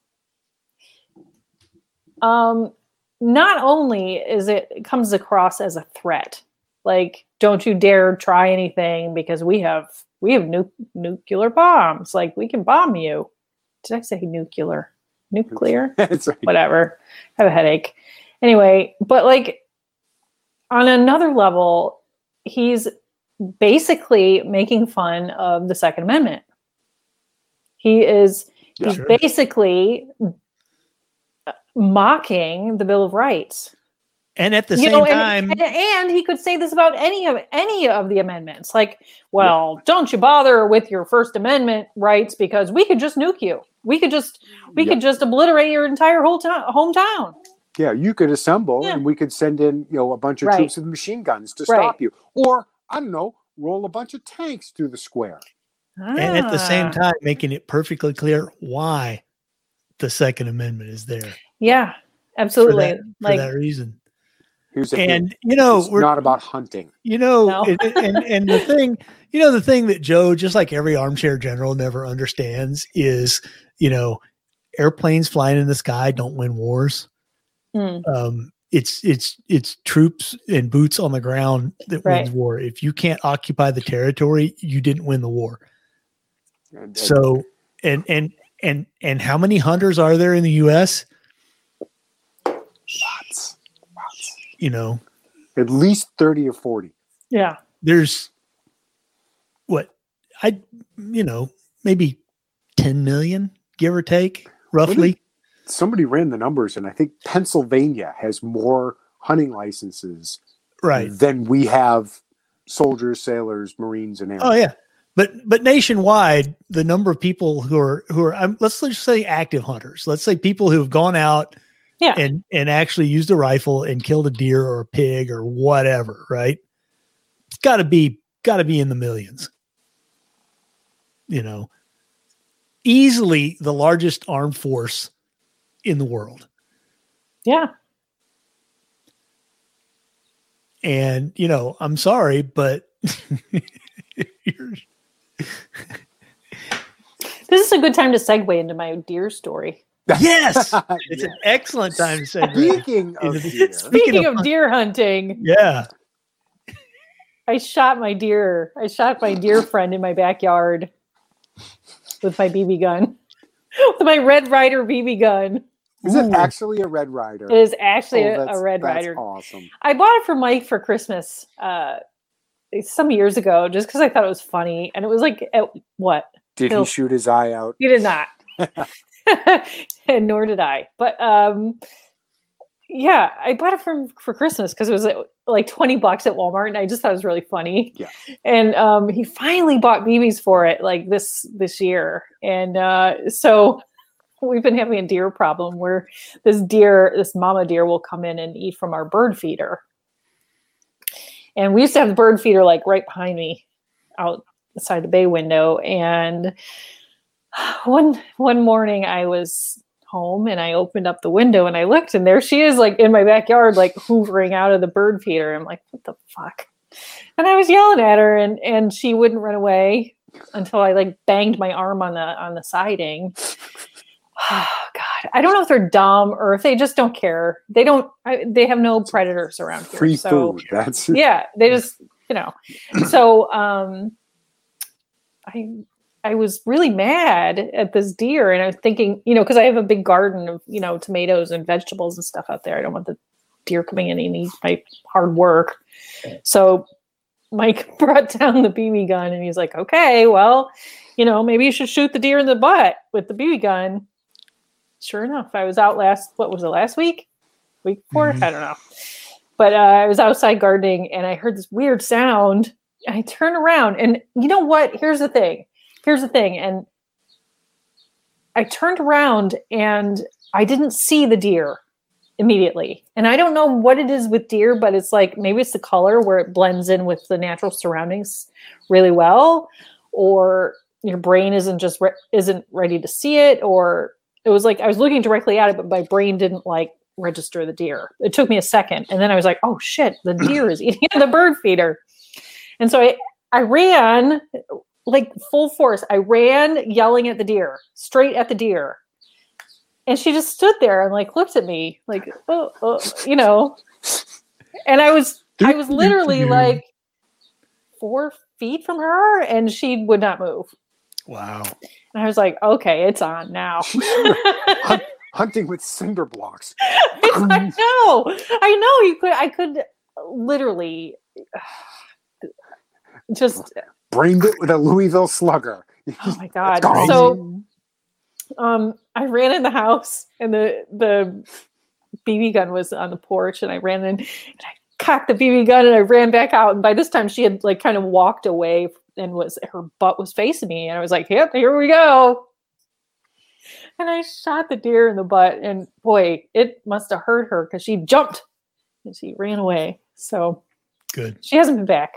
Speaker 3: um not only is it, it comes across as a threat like don't you dare try anything because we have we have nu- nuclear bombs like we can bomb you did i say nuclear nuclear
Speaker 2: [LAUGHS] it's like,
Speaker 3: whatever. I have a headache. Anyway, but like on another level, he's basically making fun of the Second Amendment. He is
Speaker 2: Yeah.
Speaker 3: he's
Speaker 1: Sure.
Speaker 3: basically mocking the Bill of Rights.
Speaker 1: And at the
Speaker 3: You
Speaker 1: same
Speaker 3: know, and-
Speaker 1: time,
Speaker 3: and, and he could say this about any of any of the amendments. Like, well, don't you bother with your First Amendment rights because we could just nuke you. We could just we
Speaker 2: yeah,
Speaker 3: could just obliterate your entire whole town, hometown.
Speaker 2: yeah you could assemble
Speaker 3: Yeah.
Speaker 2: and we could send in you know a bunch of
Speaker 3: Right.
Speaker 2: troops with machine guns to
Speaker 3: Right.
Speaker 2: stop you or i don't know roll a bunch of tanks through the square
Speaker 1: and at the
Speaker 3: Ah.
Speaker 1: same time making it perfectly clear why the Second Amendment is there.
Speaker 3: Yeah, absolutely.
Speaker 1: for
Speaker 3: like,
Speaker 1: that reason.
Speaker 2: here's the thing,
Speaker 1: And you know,
Speaker 2: it's
Speaker 1: we're
Speaker 2: not about hunting
Speaker 1: you know,
Speaker 3: No.
Speaker 1: and, and and the
Speaker 3: [LAUGHS]
Speaker 1: thing, you know, the thing that Joe, just like every armchair general, never understands is, you know, airplanes flying in the sky don't win wars.
Speaker 3: mm,
Speaker 1: Um, it's it's it's troops and boots on the ground that
Speaker 3: Right.
Speaker 1: wins war. If you can't occupy the territory, you didn't win the war.
Speaker 2: And- and-
Speaker 1: So, and and and and how many hunters are there in the U.S.?
Speaker 2: lots, lots.
Speaker 1: You know,
Speaker 2: at least 30 or 40
Speaker 3: yeah,
Speaker 1: there's what I, you know, maybe 10 million, give or take, roughly.
Speaker 2: somebody ran the numbers and i think pennsylvania has more hunting licenses
Speaker 1: Right.
Speaker 2: than we have soldiers sailors marines and air
Speaker 1: Oh yeah. But but nationwide, the number of people who are who are um, let's just say active hunters. Let's say people who have gone out
Speaker 3: Yeah.
Speaker 1: and and actually used a rifle and killed a deer or a pig or whatever, right? It's got to be got to be in the millions. You know, easily the largest armed force in the world.
Speaker 3: yeah.
Speaker 1: And you know, I'm sorry, but you're,
Speaker 3: This is a good time to segue into my deer story.
Speaker 2: [LAUGHS]
Speaker 1: yes, it's an excellent time to say. that.
Speaker 2: Uh, Speaking of
Speaker 1: Speaking
Speaker 2: deer, [LAUGHS]
Speaker 3: Speaking
Speaker 1: of
Speaker 3: of deer hunting,
Speaker 1: Yeah,
Speaker 3: I shot my deer. I shot my
Speaker 2: [LAUGHS]
Speaker 3: deer friend in my backyard with my BB gun, [LAUGHS] with my Red Rider BB gun.
Speaker 2: is it
Speaker 1: Ooh.
Speaker 2: actually a Red Rider?
Speaker 3: It is actually
Speaker 2: Oh,
Speaker 3: a- a
Speaker 2: that's-
Speaker 3: Red
Speaker 2: that's
Speaker 3: Rider.
Speaker 2: Awesome.
Speaker 3: I bought it for Mike for Christmas uh, some years ago, just because I thought it was funny, and it was like at what
Speaker 2: Did
Speaker 3: He'll-
Speaker 2: he shoot his eye
Speaker 3: [LAUGHS]
Speaker 2: out?
Speaker 3: He did not. and nor did I. But um yeah, I bought it from for Christmas because it was like, like 20 bucks at Walmart and I just thought it was really funny.
Speaker 2: Yeah.
Speaker 3: And um he finally bought BBs for it like this this year. And uh so we've been having a deer problem where this deer, this mama deer will come in and eat from our bird feeder. And we used to have the bird feeder like right behind me out outside the bay window and [SIGHS] one one morning I was home and I opened up the window and I looked and there she is like in my backyard like hoovering out of the bird feeder. I'm like, what the fuck? And I was yelling at her and and she wouldn't run away until I like banged my arm on the on the siding. [SIGHS] Oh god. I don't know if they're dumb or if they just don't care. They don't I, they have no predators around here.
Speaker 2: Free
Speaker 3: so
Speaker 2: food. That's [LAUGHS]
Speaker 3: yeah they just you know so um i i was really mad at this deer and i was thinking you know because i have a big garden of you know tomatoes and vegetables and stuff out there i don't want the deer coming in and eat my hard work so mike [LAUGHS] brought down the bb gun and he's like okay well you know maybe you should shoot the deer in the butt with the bb gun sure enough i was out last what was it last week week 4 i don't know but uh, I was outside gardening and I heard this weird sound. I turn around and you know what? Here's the thing. Here's the thing. And I turned around and I didn't see the deer immediately. And I don't know what it is with deer, but it's like maybe it's the color where it blends in with the natural surroundings really well, or your brain isn't just re- isn't ready to see it, or it was like I was looking directly at it, but my brain didn't like register the deer. It took me a second, and then I was like, "Oh shit, the deer is eating the bird feeder," and so I I ran like full force. I ran yelling at the deer, straight at the deer, and she just stood there and like looked at me, like oh, oh you know, and I was I was literally like four feet from her, and she would not move.
Speaker 1: wow.
Speaker 3: And I was like, "Okay, it's on now." [LAUGHS]
Speaker 2: hunting with cinder blocks.
Speaker 3: I know. I know. You could. I could literally [SIGHS] just.
Speaker 2: Brained it with a Louisville slugger. [LAUGHS]
Speaker 3: Oh my god.
Speaker 2: gone.
Speaker 3: So, um, I ran in the house, and the the BB gun was on the porch, and I ran in, and I cocked the BB gun, and I ran back out. And by this time, she had like kind of walked away, and was her butt was facing me, and I was like, "Yep, here we go." And I shot the deer in the butt, and boy, it must have hurt her because she jumped and she ran away. So
Speaker 1: Good.
Speaker 3: she hasn't
Speaker 1: [LAUGHS]
Speaker 3: been back.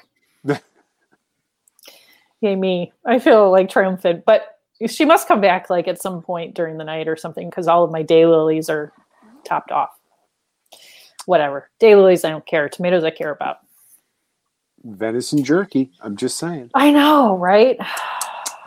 Speaker 3: Yay me! I feel like triumphant, but she must come back like at some point during the night or something because all of my daylilies are topped off. Whatever daylilies, I don't care. Tomatoes, I care about.
Speaker 2: Venison jerky. I'm just saying.
Speaker 3: I know, right?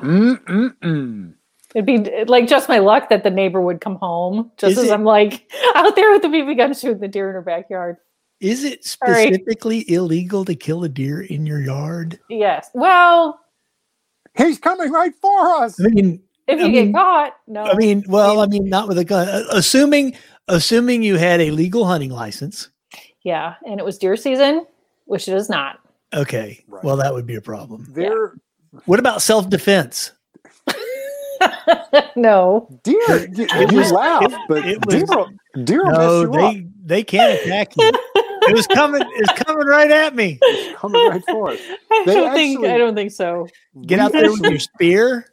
Speaker 2: Mm-mm-mm.
Speaker 3: It'd be like just my luck that the neighbor would come home just
Speaker 1: Is
Speaker 3: as
Speaker 1: it-
Speaker 3: I'm like [LAUGHS] out there with the BB gun shooting the deer in her backyard.
Speaker 1: Is it
Speaker 3: Sorry.
Speaker 1: specifically illegal to kill a deer in your yard?
Speaker 3: Yes. Well,
Speaker 2: He's coming right for us.
Speaker 1: I mean,
Speaker 3: if you
Speaker 1: I
Speaker 3: get
Speaker 1: mean-
Speaker 3: caught, no.
Speaker 1: I mean, well, I mean, not with a gun. Uh, Assuming, assuming you had a legal hunting license.
Speaker 3: yeah, and it was deer season, which it is not. [LAUGHS]
Speaker 1: Okay,
Speaker 2: Right.
Speaker 1: well, that would be a problem.
Speaker 2: Their
Speaker 1: What about self-defense?
Speaker 3: no.
Speaker 1: [LAUGHS]
Speaker 2: deer. You,
Speaker 1: It
Speaker 2: you
Speaker 1: was-
Speaker 2: laugh, but
Speaker 1: it was-
Speaker 2: deer,
Speaker 3: Oh,
Speaker 2: deer
Speaker 1: No,
Speaker 2: will mess
Speaker 1: they they can't attack you. it was coming. It's coming right at me.
Speaker 2: you up. Coming right for us.
Speaker 3: I
Speaker 2: They
Speaker 3: don't think I
Speaker 2: actually-
Speaker 3: don't think so.
Speaker 1: [LAUGHS] Get out there with your spear.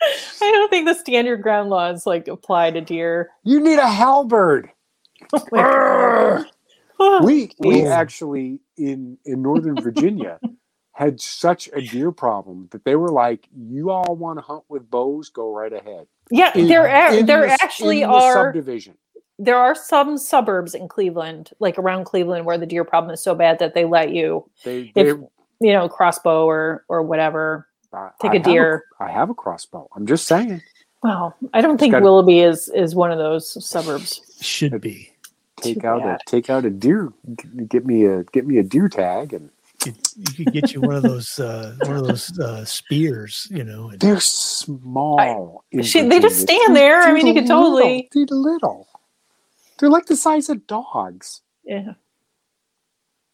Speaker 3: I don't think the standard ground laws like apply to deer.
Speaker 2: You need a halberd.
Speaker 3: Oh my God. Oh,
Speaker 2: we we
Speaker 1: Ooh.
Speaker 2: actually in in northern virginia had such a deer problem that they were like you all want to hunt with bows go right ahead
Speaker 3: yeah,
Speaker 2: In-
Speaker 3: there are,
Speaker 2: in
Speaker 3: there
Speaker 2: this-
Speaker 3: actually
Speaker 2: in the
Speaker 3: are
Speaker 2: subdivision
Speaker 3: there are some suburbs in Cleveland, like around Cleveland, where the deer problem is so bad that they let you,
Speaker 2: They,
Speaker 3: if
Speaker 2: they
Speaker 3: you know, crossbow or or whatever.
Speaker 2: I-
Speaker 3: take
Speaker 2: I
Speaker 3: a
Speaker 2: have
Speaker 3: deer.
Speaker 2: I have a crossbow. I'm just saying.
Speaker 3: Well, I don't think
Speaker 2: gotta-
Speaker 3: Willoughby is is one of those suburbs. [LAUGHS]
Speaker 1: Should be.
Speaker 2: Take
Speaker 3: Too
Speaker 2: out
Speaker 3: bad.
Speaker 2: a take out a deer. g- Get me a get me a deer tag, and
Speaker 1: You, you could get you
Speaker 3: [LAUGHS]
Speaker 1: one of those uh, one of those uh, spears, you know. and-
Speaker 2: they're small. in
Speaker 3: Shit, they just
Speaker 2: Virginia.
Speaker 3: stand there. I mean, you
Speaker 2: they're
Speaker 3: could totally-
Speaker 2: little. They're little. They're like the size of dogs.
Speaker 3: Yeah.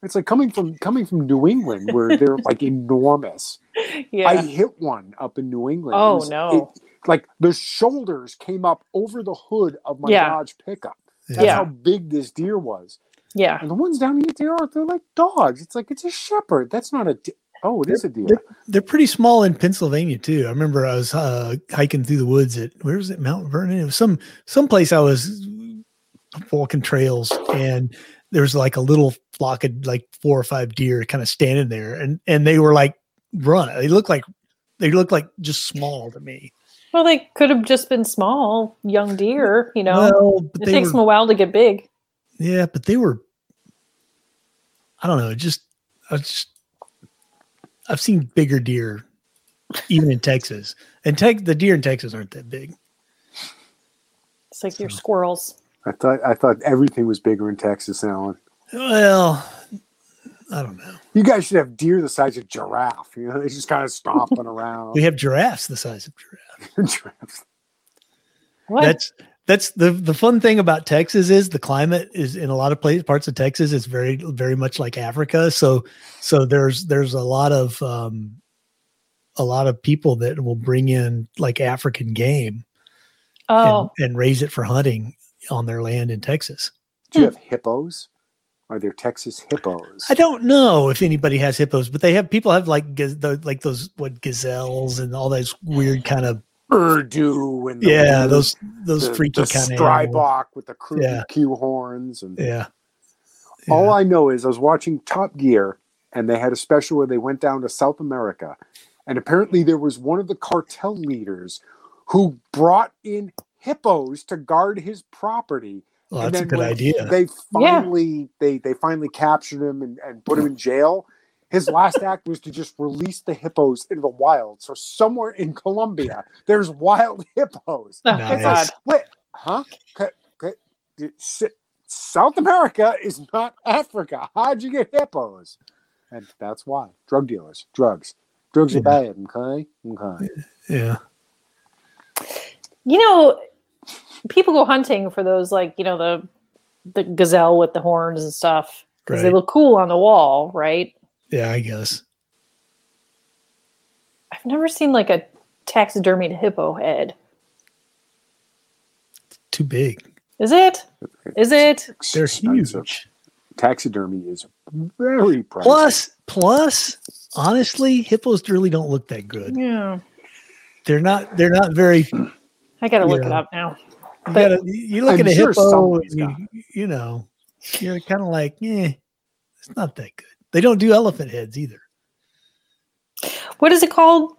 Speaker 2: It's like coming from coming from New England, where they're
Speaker 3: [LAUGHS]
Speaker 2: like enormous.
Speaker 3: Yeah.
Speaker 2: I hit one up in New England. It
Speaker 3: oh
Speaker 2: was-
Speaker 3: no.
Speaker 2: it- like the shoulders came up over the hood of my
Speaker 3: Yeah.
Speaker 2: Dodge pickup. That's
Speaker 3: Yeah.
Speaker 2: how big this deer was.
Speaker 3: yeah.
Speaker 2: And the ones down here, they are they're like dogs. It's like it's a shepherd. That's not a. De- oh, it is a deer.
Speaker 1: They're pretty small in Pennsylvania too. I remember I was uh, hiking through the woods at where was it, Mount Vernon? It was some some place I was walking trails, and there was like a little flock of like four or five deer kind of standing there, and and they were like run. They looked like they looked like just small to me.
Speaker 3: Well, they could have just been small young deer. You know,
Speaker 1: Well, but
Speaker 3: it
Speaker 1: they
Speaker 3: takes
Speaker 1: were-
Speaker 3: them a while to get big.
Speaker 1: Yeah, but they were. I don't know. it Just I just I've seen bigger deer, even in Texas, and tech the deer in Texas aren't that big.
Speaker 3: It's like your squirrels.
Speaker 2: I thought I thought everything was bigger in Texas, Alan.
Speaker 1: Well, I don't know.
Speaker 2: You guys should have deer the size of giraffe. You know, they just kind of
Speaker 3: [LAUGHS]
Speaker 2: stomping around.
Speaker 1: We have giraffes the size of giraffe.
Speaker 2: [LAUGHS] Giraffes.
Speaker 3: What?
Speaker 1: That's that's the the fun thing about Texas is the climate is in a lot of places parts of Texas it's very very much like Africa. So so there's there's a lot of um a lot of people that will bring in like African game
Speaker 3: oh,
Speaker 1: and, and raise it for hunting on their land in Texas.
Speaker 2: Do you have hippos? Are there Texas hippos?
Speaker 1: I don't know if anybody has hippos, but they have people have like gaz- the, like those what gazelles and all those weird kind of
Speaker 2: Urdu and the
Speaker 1: yeah
Speaker 2: weird-
Speaker 1: those those
Speaker 2: the,
Speaker 1: freaky
Speaker 2: the
Speaker 1: kind of animals.
Speaker 2: strybok with the crooked
Speaker 1: Yeah.
Speaker 2: Q horns and
Speaker 1: yeah.
Speaker 2: All I know is I was watching Top Gear and they had a special where they went down to South America. And apparently there was one of the cartel leaders who brought in hippos to guard his property.
Speaker 1: Well,
Speaker 2: and
Speaker 1: that's a
Speaker 2: then
Speaker 1: good
Speaker 2: when
Speaker 1: idea.
Speaker 2: They finally they they finally captured him and, and put him in jail. His last act was to just release the hippos into the wild. So somewhere in Colombia, there's wild [LAUGHS] hippos.
Speaker 3: Oh,
Speaker 1: Nice.
Speaker 3: God.
Speaker 2: Wait, huh? Ca- ca- d- s- South America is not Africa. How'd you get hippos? And that's why drug dealers, drugs, drugs are bad. Okay, okay.
Speaker 1: yeah.
Speaker 3: You know, people go hunting for those, like you know the the gazelle with the horns and stuff because they
Speaker 1: Right.
Speaker 3: look cool on the wall, right?
Speaker 1: Yeah, I guess.
Speaker 3: I've never seen like a taxidermied hippo head.
Speaker 1: Too big.
Speaker 3: Is it? Is it?
Speaker 1: They're
Speaker 2: Expensive.
Speaker 1: huge.
Speaker 2: Taxidermy is very pricey.
Speaker 1: Plus, plus, honestly, hippos really don't look that good.
Speaker 3: Yeah,
Speaker 1: They're not. They're not very. You,
Speaker 3: I gotta look it
Speaker 1: Yeah.
Speaker 3: up now.
Speaker 1: gotta, you look
Speaker 2: I'm
Speaker 1: at a
Speaker 2: sure
Speaker 1: hippo,
Speaker 2: somebody's
Speaker 1: and you,
Speaker 2: got
Speaker 1: you know, you're kind of like, eh, it's not that good. They don't do elephant heads either.
Speaker 3: What is it called?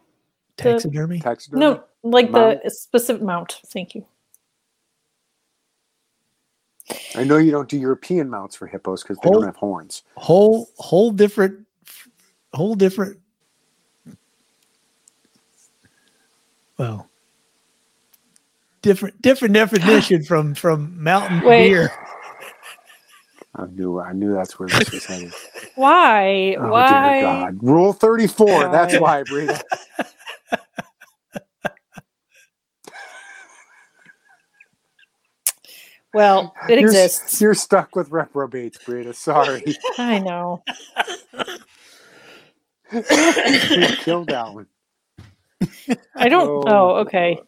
Speaker 1: Taxidermy.
Speaker 2: taxidermy.
Speaker 3: No, like the
Speaker 2: Mount.
Speaker 3: specific mount. Thank you.
Speaker 2: I know you don't do European mounts for hippos because they
Speaker 1: Hold-
Speaker 2: don't have horns.
Speaker 1: Whole, whole different, whole different. Well, different, different
Speaker 3: [SIGHS]
Speaker 1: definition from from mountain
Speaker 3: Wait.
Speaker 1: deer.
Speaker 2: I knew, I knew that's where this was
Speaker 3: [LAUGHS]
Speaker 2: headed.
Speaker 3: Why?
Speaker 2: Oh,
Speaker 3: Why?
Speaker 2: dear God. Rule 34. That's
Speaker 3: God.
Speaker 2: why, Brita.
Speaker 3: Well, [LAUGHS] it
Speaker 2: You're-
Speaker 3: exists.
Speaker 2: You're stuck with reprobates, Brita. Sorry. [LAUGHS]
Speaker 3: I know.
Speaker 2: you killed Alan.
Speaker 3: I don't.
Speaker 2: Oh.
Speaker 3: Oh, okay.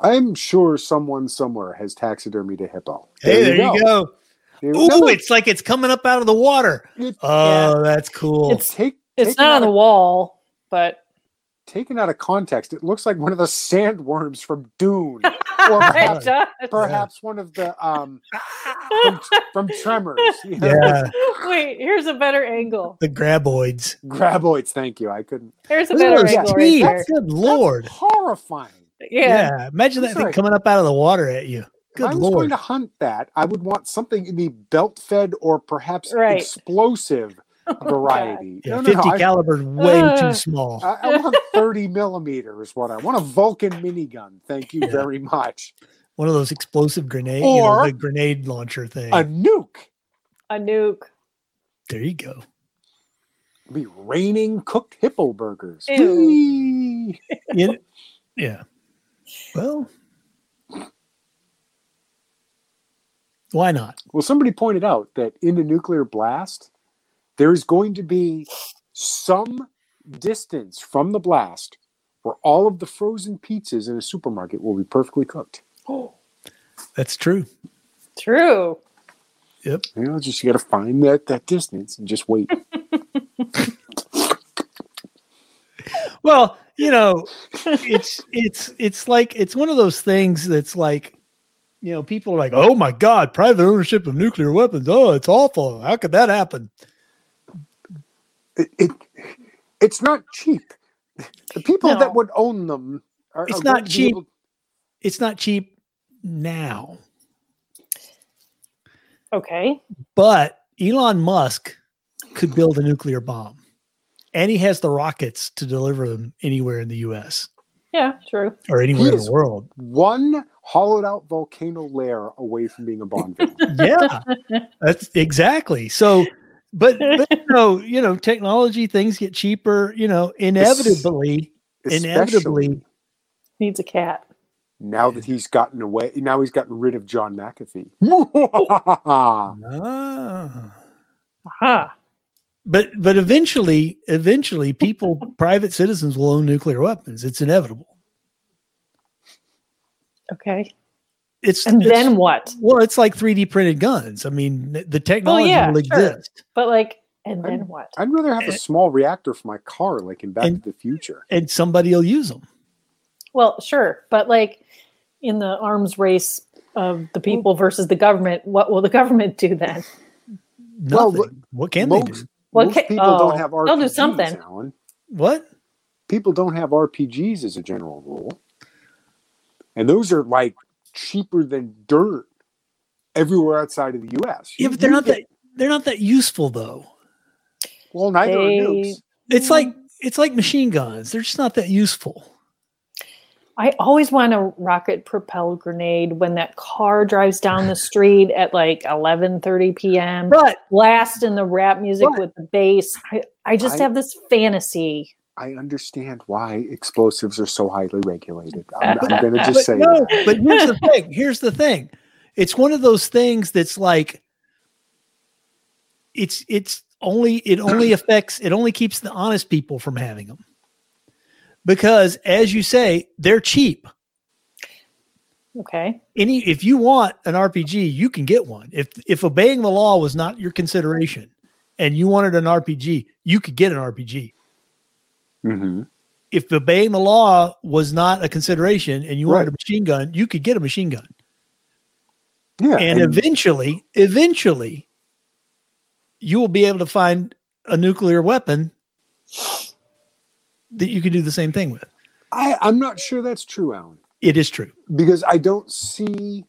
Speaker 2: I'm sure someone somewhere has taxidermy to hippo.
Speaker 1: Hey, there you go.
Speaker 2: There you
Speaker 1: Ooh,
Speaker 2: go.
Speaker 1: it's like it's coming up out of the water.
Speaker 2: It-
Speaker 1: Oh, that's cool.
Speaker 3: It's-
Speaker 2: Take,
Speaker 3: It's
Speaker 2: taken
Speaker 3: not
Speaker 2: out
Speaker 3: on the
Speaker 2: of,
Speaker 3: wall, but
Speaker 2: taken out of context. It looks like one of the sandworms from
Speaker 3: [LAUGHS]
Speaker 2: Dune, [LAUGHS]
Speaker 3: it does.
Speaker 2: perhaps one of the um
Speaker 3: [LAUGHS]
Speaker 2: from, from Tremors. you know?
Speaker 1: yeah,
Speaker 3: Wait, here's a better angle.
Speaker 1: the graboids.
Speaker 2: Graboids. Thank you. I couldn't.
Speaker 3: Here's a
Speaker 1: Look at
Speaker 3: better
Speaker 1: those
Speaker 3: angle right
Speaker 1: teeth.
Speaker 3: there.
Speaker 1: Good lord.
Speaker 2: That's horrifying.
Speaker 3: [LAUGHS] Yeah.
Speaker 1: Yeah. imagine
Speaker 2: I'm
Speaker 1: that thing
Speaker 2: sorry.
Speaker 1: coming up out of the water at you. Good
Speaker 2: if I was going
Speaker 1: lord.
Speaker 2: to hunt that, I would want something in the belt fed or perhaps
Speaker 3: Right. [LAUGHS] Oh,
Speaker 2: explosive variety.
Speaker 1: Yeah,
Speaker 2: No, no,
Speaker 1: 50
Speaker 2: no, I-
Speaker 1: caliber's way too
Speaker 3: Ugh.
Speaker 1: small.
Speaker 2: I, I
Speaker 3: [LAUGHS]
Speaker 2: want 30 millimeter is what I want. A Vulcan minigun. Thank you
Speaker 1: Yeah.
Speaker 2: very much.
Speaker 1: One of those explosive grenade, you know,
Speaker 2: Or-
Speaker 1: the grenade launcher thing.
Speaker 2: A nuke.
Speaker 3: A nuke.
Speaker 1: there you go.
Speaker 2: Be raining cooked hippo burgers.
Speaker 3: Ew.
Speaker 2: Whee!
Speaker 1: You- yeah. Well, why not?
Speaker 2: Well, somebody pointed out that in a nuclear blast, there is going to be some distance from the blast where all of the frozen pizzas in a supermarket will be perfectly cooked.
Speaker 1: That's true.
Speaker 3: True.
Speaker 2: You know, just you got to find that that distance and
Speaker 1: [LAUGHS]
Speaker 2: just wait.
Speaker 1: Well, you know, it's it's it's like it's one of those things that's like, you know, people are like, "Oh my God, private ownership of nuclear weapons! Oh, it's awful. How could that happen?"
Speaker 2: It, it it's not cheap. The people
Speaker 3: No.
Speaker 2: that would own them are
Speaker 1: It's
Speaker 2: are
Speaker 1: not
Speaker 2: going to be
Speaker 1: cheap.
Speaker 2: able-
Speaker 1: It's not cheap now,
Speaker 3: Okay.
Speaker 1: but Elon Musk could build a nuclear bomb, and he has the rockets to deliver them anywhere in the U.S.
Speaker 3: Yeah, true.
Speaker 1: or anywhere in
Speaker 2: Yes.
Speaker 1: the world.
Speaker 2: one hollowed out volcano lair away from being a Bonneville.
Speaker 1: yeah that's exactly so but, but you know you know technology things get cheaper you know [LAUGHS] inevitably
Speaker 2: Especially
Speaker 1: inevitably
Speaker 3: Needs a cat.
Speaker 2: now that he's gotten away, now he's gotten rid of John
Speaker 1: Oh.
Speaker 2: [LAUGHS] McAfee.
Speaker 1: Ah.
Speaker 3: Aha.
Speaker 1: but but eventually eventually people private citizens will own nuclear weapons it's inevitable
Speaker 3: Okay.
Speaker 1: it's
Speaker 3: And
Speaker 1: it's-
Speaker 3: then what?
Speaker 1: well it's like 3d printed guns i mean th- the technology
Speaker 3: Oh, yeah,
Speaker 1: will
Speaker 3: sure.
Speaker 1: exist
Speaker 3: But like, and then what?
Speaker 2: I'd rather have a
Speaker 3: Eh.
Speaker 2: small reactor for my car, like in Back
Speaker 1: And-
Speaker 2: to the Future.
Speaker 1: and somebody will use them
Speaker 3: Well, sure, but like in the arms race of the people versus the government, what will the [LAUGHS] government do then?
Speaker 2: Well,
Speaker 1: Nothing. what can they
Speaker 2: Most,
Speaker 1: do
Speaker 3: Well,
Speaker 2: most
Speaker 3: ca-
Speaker 2: people
Speaker 3: oh,
Speaker 2: don't have RPGs.
Speaker 3: they'll do something.
Speaker 2: Alan.
Speaker 1: what
Speaker 2: People don't have RPGs as a general rule, and those are like cheaper than dirt everywhere outside of the U.S.
Speaker 1: yeah but they're not that they're not that useful though
Speaker 2: Well, neither
Speaker 3: They-
Speaker 2: are nukes.
Speaker 1: It's like it's like machine guns. They're just not that useful.
Speaker 3: I always want a rocket propelled grenade when that car drives down
Speaker 2: [LAUGHS]
Speaker 3: the street at like 11:30 p.m.
Speaker 1: But
Speaker 3: blasting the rap music
Speaker 2: But-
Speaker 3: with the bass. I, I just
Speaker 2: I-
Speaker 3: have this fantasy.
Speaker 2: I understand why explosives are so highly regulated.
Speaker 3: [LAUGHS]
Speaker 2: I'm, I'm going to
Speaker 1: but,
Speaker 2: just say
Speaker 1: no,
Speaker 2: that.
Speaker 1: but here's the thing. Here's the thing. It's one of those things that's like it's it's only it [CLEARS THROAT] only affects it only keeps the honest people from having them. Because as you say, they're cheap.
Speaker 3: Okay.
Speaker 1: Any if you want an RPG, you can get one. If if obeying the law was not your consideration and you wanted an RPG, you could get an RPG.
Speaker 2: hmm
Speaker 1: if obeying the law was not a consideration and you wanted
Speaker 2: Right.
Speaker 1: a machine gun, you could get a machine gun.
Speaker 2: Yeah,
Speaker 1: And eventually, eventually, you will be able to find a nuclear weapon that you can do the same thing with.
Speaker 2: I, I'm not sure that's true, Alan,
Speaker 1: It is true.
Speaker 2: because I don't see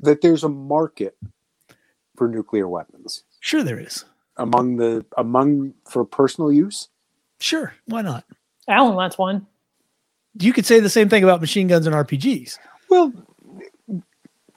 Speaker 2: that there's a market for nuclear weapons
Speaker 1: Sure, there is.
Speaker 2: among the among for personal use.
Speaker 1: Sure. Why not?
Speaker 3: Alan wants one.
Speaker 1: You could say the same thing about machine guns and RPGs.
Speaker 2: Well,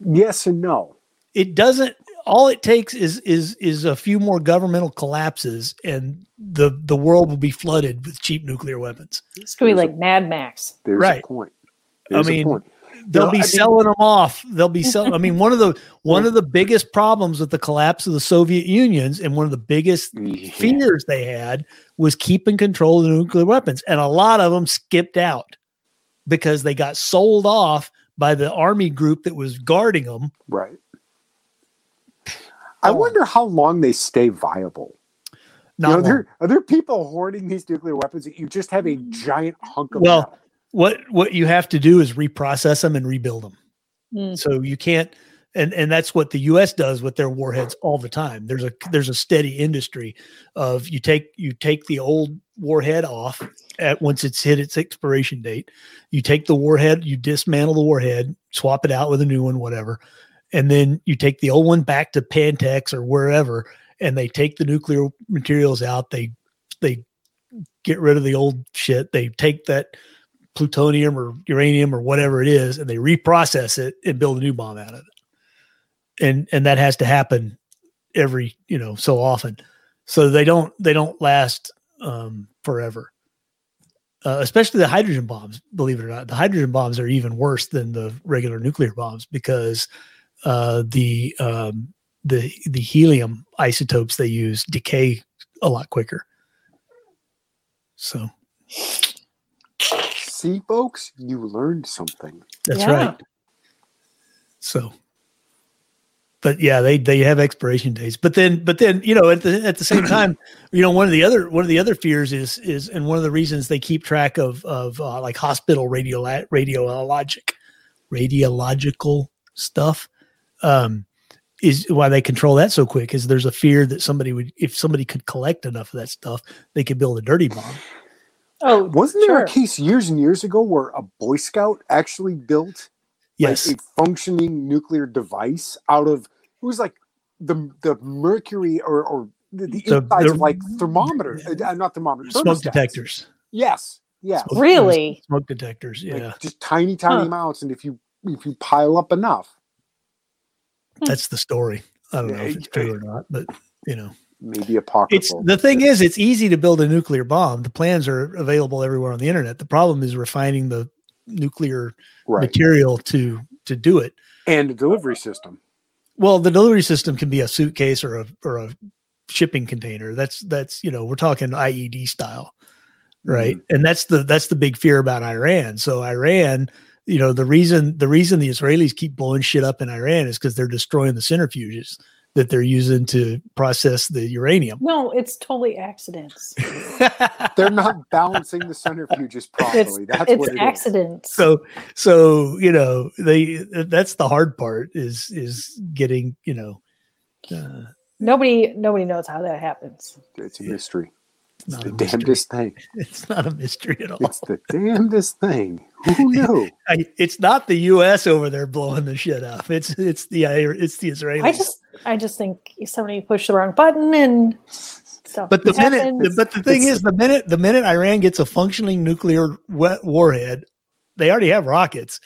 Speaker 2: yes and no.
Speaker 1: It doesn't all it takes is is is a few more governmental collapses and the the world will be flooded with cheap nuclear weapons.
Speaker 3: It's gonna be
Speaker 2: There's a-
Speaker 3: like Mad Max.
Speaker 2: There's
Speaker 1: Right.
Speaker 2: a point.
Speaker 1: I
Speaker 2: There's
Speaker 1: mean,
Speaker 2: a point.
Speaker 1: they'll
Speaker 2: No,
Speaker 1: be
Speaker 2: I mean-
Speaker 1: selling them off. They'll be selling. I mean, one of
Speaker 2: [LAUGHS]
Speaker 1: the one of the biggest problems with the collapse of the Soviet Unions and one of the biggest
Speaker 2: [LAUGHS] Yeah.
Speaker 1: fears they had was keeping control of the nuclear weapons, and a lot of them skipped out because they got sold off by the army group that was guarding them.
Speaker 2: Right. I
Speaker 1: Oh.
Speaker 2: wonder how long they stay viable. You
Speaker 1: Not
Speaker 2: know, are,
Speaker 1: long.
Speaker 2: there, are there people hoarding these nuclear weapons that you just have a giant hunk of
Speaker 1: Well,
Speaker 2: metal?
Speaker 1: what what you have to do is reprocess them and rebuild them.
Speaker 3: Mm.
Speaker 1: So you can't and and that's what the US does with their warheads all the time. There's a there's a steady industry of you take you take the old warhead off at once it's hit its expiration date. You take the warhead, you dismantle the warhead, swap it out with a new one, whatever, and then you take the old one back to Pantex or wherever, and they take the nuclear materials out. They they get rid of the old shit. They take that plutonium or uranium or whatever it is, and they reprocess it and build a new bomb out of it. And and that has to happen every you know so often, so they don't they don't last um, forever. Uh, especially the hydrogen bombs. Believe it or not, the hydrogen bombs are even worse than the regular nuclear bombs because uh, the um, the the helium isotopes they use decay a lot quicker. So
Speaker 2: See, folks, you learned something.
Speaker 1: that's
Speaker 3: Yeah.
Speaker 1: right. So, but yeah, they they have expiration days. But then, but then you know at the at the same time, [CLEARS THROAT] you know one of the other one of the other fears is is and one of the reasons they keep track of of uh, like hospital radio radiologic radiological stuff um, is why they control that so quick is there's a fear that somebody would if somebody could collect enough of that stuff they could build a dirty bomb.
Speaker 3: Oh,
Speaker 2: Wasn't there a
Speaker 3: Sure.
Speaker 2: case years and years ago where a Boy Scout actually built like,
Speaker 1: Yes,
Speaker 2: a functioning nuclear device out of it was like the the mercury or or the, the
Speaker 1: The-
Speaker 2: insides
Speaker 1: the-
Speaker 2: of like thermometer, uh, not thermometer,
Speaker 1: smoke
Speaker 2: thermostats.
Speaker 1: detectors.
Speaker 2: Yes, yeah,
Speaker 1: Smoke-
Speaker 3: really?
Speaker 1: smoke detectors. Yeah.
Speaker 2: like, just tiny, tiny
Speaker 3: Huh.
Speaker 2: amounts, and if you if you pile up enough,
Speaker 1: that's the story. I don't know
Speaker 2: Yeah,
Speaker 1: if it's
Speaker 2: it-
Speaker 1: true or not, but you know,
Speaker 2: maybe
Speaker 1: it's
Speaker 2: apocryphal.
Speaker 1: the thing is, it's easy to build a nuclear bomb. The plans are available everywhere on the internet. The problem is refining the nuclear
Speaker 2: right,
Speaker 1: material to to do it.
Speaker 2: and a delivery system.
Speaker 1: Well, the delivery system can be a suitcase or a or a shipping container. That's that's you know we're talking IED style,
Speaker 2: Mm-hmm.
Speaker 1: right? And that's the that's the big fear about Iran. So Iran, you know, the reason the reason the Israelis keep blowing shit up in Iran is because they're destroying the centrifuges that they're using to process the uranium. [LAUGHS]
Speaker 3: No, it's totally accidents.
Speaker 2: They're not balancing the
Speaker 3: [LAUGHS]
Speaker 2: centrifuges
Speaker 3: It's
Speaker 2: properly. That's
Speaker 3: it's
Speaker 2: what it is.
Speaker 3: accidents.
Speaker 1: so so you know they uh, that's the hard part is is getting you know uh,
Speaker 3: nobody nobody knows how that happens.
Speaker 2: It's a mystery. It's
Speaker 1: not
Speaker 2: the
Speaker 1: a mystery.
Speaker 2: damnedest thing.
Speaker 1: [LAUGHS] it's not a mystery at all.
Speaker 2: It's the damnedest thing.
Speaker 1: [LAUGHS]
Speaker 2: Who knew?
Speaker 1: I, it's not the U.S. over there blowing the shit up. It's it's the Ir- it's the Israelis.
Speaker 3: I just I just think somebody pushed the wrong button and stuff.
Speaker 1: but the minute,
Speaker 3: happened.
Speaker 1: the, but the thing
Speaker 2: It's-
Speaker 1: is, the minute the minute Iran gets a functioning nuclear wa- warhead, they already have rockets.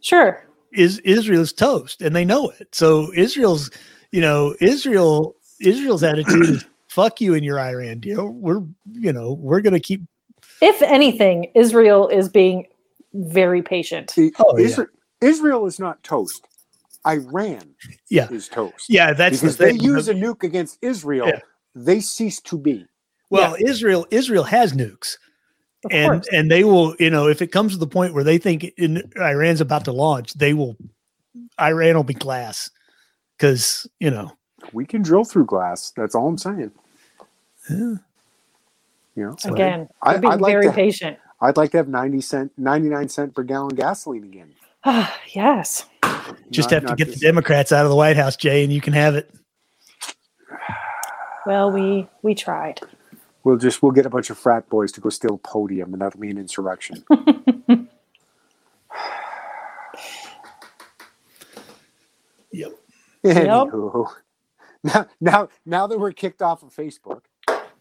Speaker 3: sure.
Speaker 1: Is Israel's toast, and they know it. So Israel's, you know, Israel Israel's attitude is [CLEARS THROAT] fuck you and your Iran deal. We're you know we're gonna keep.
Speaker 3: If anything, Israel is being very patient.
Speaker 2: See,
Speaker 1: Oh, yeah.
Speaker 2: Isra- Israel is not toast. Iran
Speaker 1: Yeah.
Speaker 2: is toast.
Speaker 1: Yeah, that's
Speaker 2: because
Speaker 1: the
Speaker 2: they
Speaker 1: thing.
Speaker 2: use a nuke against Israel,
Speaker 1: Yeah.
Speaker 2: they cease to be.
Speaker 1: well, Israel Israel has nukes.
Speaker 3: Of
Speaker 1: and
Speaker 3: course.
Speaker 1: and they will you know if it comes to the point where they think in, iran's about to launch they will iran will be glass because you know
Speaker 2: We can drill through glass. That's all I'm saying.
Speaker 1: yeah,
Speaker 2: You know,
Speaker 1: so-
Speaker 3: Again,
Speaker 2: I-
Speaker 3: they're being
Speaker 2: I'd like
Speaker 3: very
Speaker 2: to-
Speaker 3: patient.
Speaker 2: I'd like to have ninety cent, ninety nine cent per gallon gasoline again.
Speaker 3: Ah, yes.
Speaker 1: just
Speaker 2: Not-
Speaker 1: have to
Speaker 2: not
Speaker 1: get
Speaker 2: this-
Speaker 1: the democrats out of the white house jay and you can have it
Speaker 3: Well, we we tried.
Speaker 2: We'll just we'll get a bunch of frat boys to go steal a podium, and that'll be an
Speaker 1: [LAUGHS]
Speaker 2: insurrection.
Speaker 1: yep
Speaker 2: Anywho, now now now that we're kicked off of Facebook,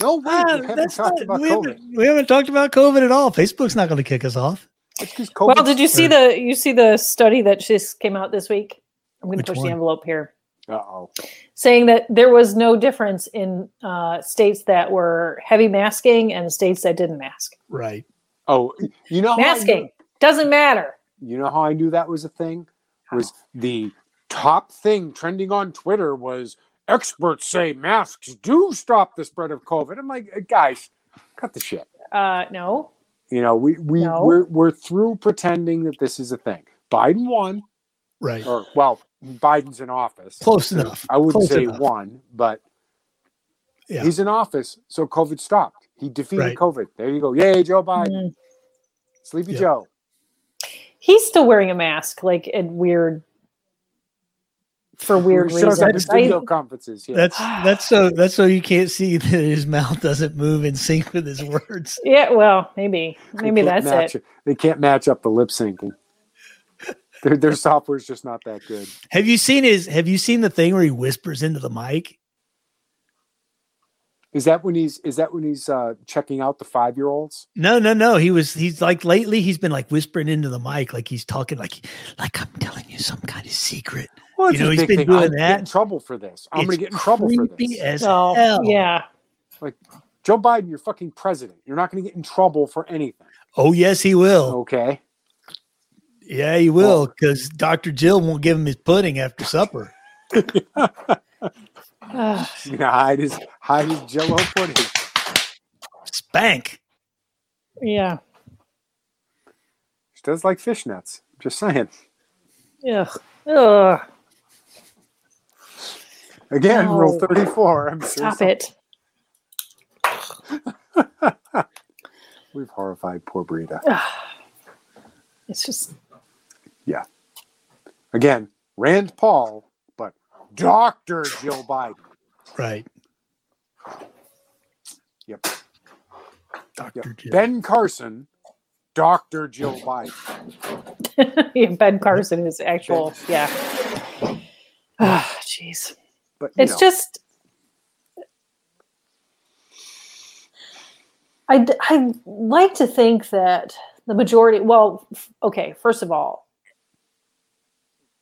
Speaker 2: no wait,
Speaker 1: Ah,
Speaker 2: we haven't
Speaker 1: that's
Speaker 2: talked
Speaker 1: not-
Speaker 2: about
Speaker 1: we,
Speaker 2: COVID.
Speaker 1: haven't, we haven't talked about covid at all facebook's not going to kick us off
Speaker 2: It's because
Speaker 3: Well,
Speaker 2: COVID.
Speaker 3: did you see the you see the study that just came out this week? I'm going to
Speaker 1: Which
Speaker 3: push
Speaker 1: one?
Speaker 3: the envelope here,
Speaker 2: uh oh,
Speaker 3: saying that there was no difference in uh, states that were heavy masking and states that didn't mask.
Speaker 1: right
Speaker 2: oh, you know how I knew-
Speaker 3: Masking doesn't matter.
Speaker 2: You know how I knew that was a thing? Was the top thing trending on Twitter was experts say masks do stop the spread of COVID. I'm like, "Uh, guys, cut the shit.
Speaker 3: Uh, no,
Speaker 2: You know, we we
Speaker 3: No.
Speaker 2: we're we're through pretending that this is a thing. Biden won,
Speaker 1: right
Speaker 2: or well, Biden's in office.
Speaker 1: close enough
Speaker 2: Uh, I wouldn't
Speaker 1: Close
Speaker 2: say
Speaker 1: enough.
Speaker 2: won, but
Speaker 1: Yeah.
Speaker 2: he's in office, so COVID stopped. He defeated
Speaker 1: Right. Mm-hmm.
Speaker 2: COVID. There you go. Yay, Joe Biden.
Speaker 3: Mm.
Speaker 2: Sleepy
Speaker 1: Yep.
Speaker 2: Joe.
Speaker 3: he's still wearing a mask, like at weird for weird
Speaker 2: He shows up at
Speaker 3: reasons. I-
Speaker 2: video conferences. Yeah.
Speaker 1: That's that's so that's so you can't see [LAUGHS] that his mouth doesn't move in sync with his words.
Speaker 3: yeah, well, maybe,
Speaker 2: They
Speaker 3: maybe
Speaker 2: can't
Speaker 3: that's it.
Speaker 2: match They can't match up the lip syncing. their their software's just not that good.
Speaker 1: Have you seen his have you seen the thing where he whispers into the mic?
Speaker 2: Is that when he's is that when he's uh, checking out the five year olds?
Speaker 1: No, no, no. He was he's like lately he's been like whispering into the mic like he's talking like like I'm telling you some kind of secret.
Speaker 2: Well,
Speaker 1: You know,
Speaker 2: his
Speaker 1: he's
Speaker 2: big
Speaker 1: been
Speaker 2: thing.
Speaker 1: doing
Speaker 2: I'm gonna get in
Speaker 1: that.
Speaker 2: trouble for this. I'm going
Speaker 1: It's
Speaker 2: to get in trouble for
Speaker 1: creepy
Speaker 2: this.
Speaker 1: As
Speaker 3: Oh,
Speaker 1: hell.
Speaker 3: yeah.
Speaker 2: Joe Biden, you're fucking president. You're not going to get in trouble for anything.
Speaker 1: Oh yes, he will.
Speaker 2: Okay.
Speaker 1: Yeah, he will because Dr. Jill won't give him his pudding after supper.
Speaker 3: Ugh.
Speaker 2: You know, hide his hide his Jello pudding.
Speaker 1: Spank.
Speaker 3: yeah.
Speaker 2: She does like fishnets. Just saying.
Speaker 3: Ugh. Ugh.
Speaker 2: Again,
Speaker 3: No.
Speaker 2: rule thirty four. I'm sure
Speaker 3: Stop it.
Speaker 2: we've horrified poor Brita.
Speaker 3: Ugh. It's just [LAUGHS]
Speaker 2: Again, Rand Paul, but Doctor Joe Biden.
Speaker 1: Right.
Speaker 2: Yep.
Speaker 1: Dr.
Speaker 2: Yep.
Speaker 1: Jill.
Speaker 2: Ben Carson, Doctor Joe Biden.
Speaker 3: yeah, Ben Carson is actual. Yeah. Ah, jeez.
Speaker 2: But you
Speaker 3: It's
Speaker 2: know,
Speaker 3: just. I, d- I like to think that the majority, well, f- okay, first of all,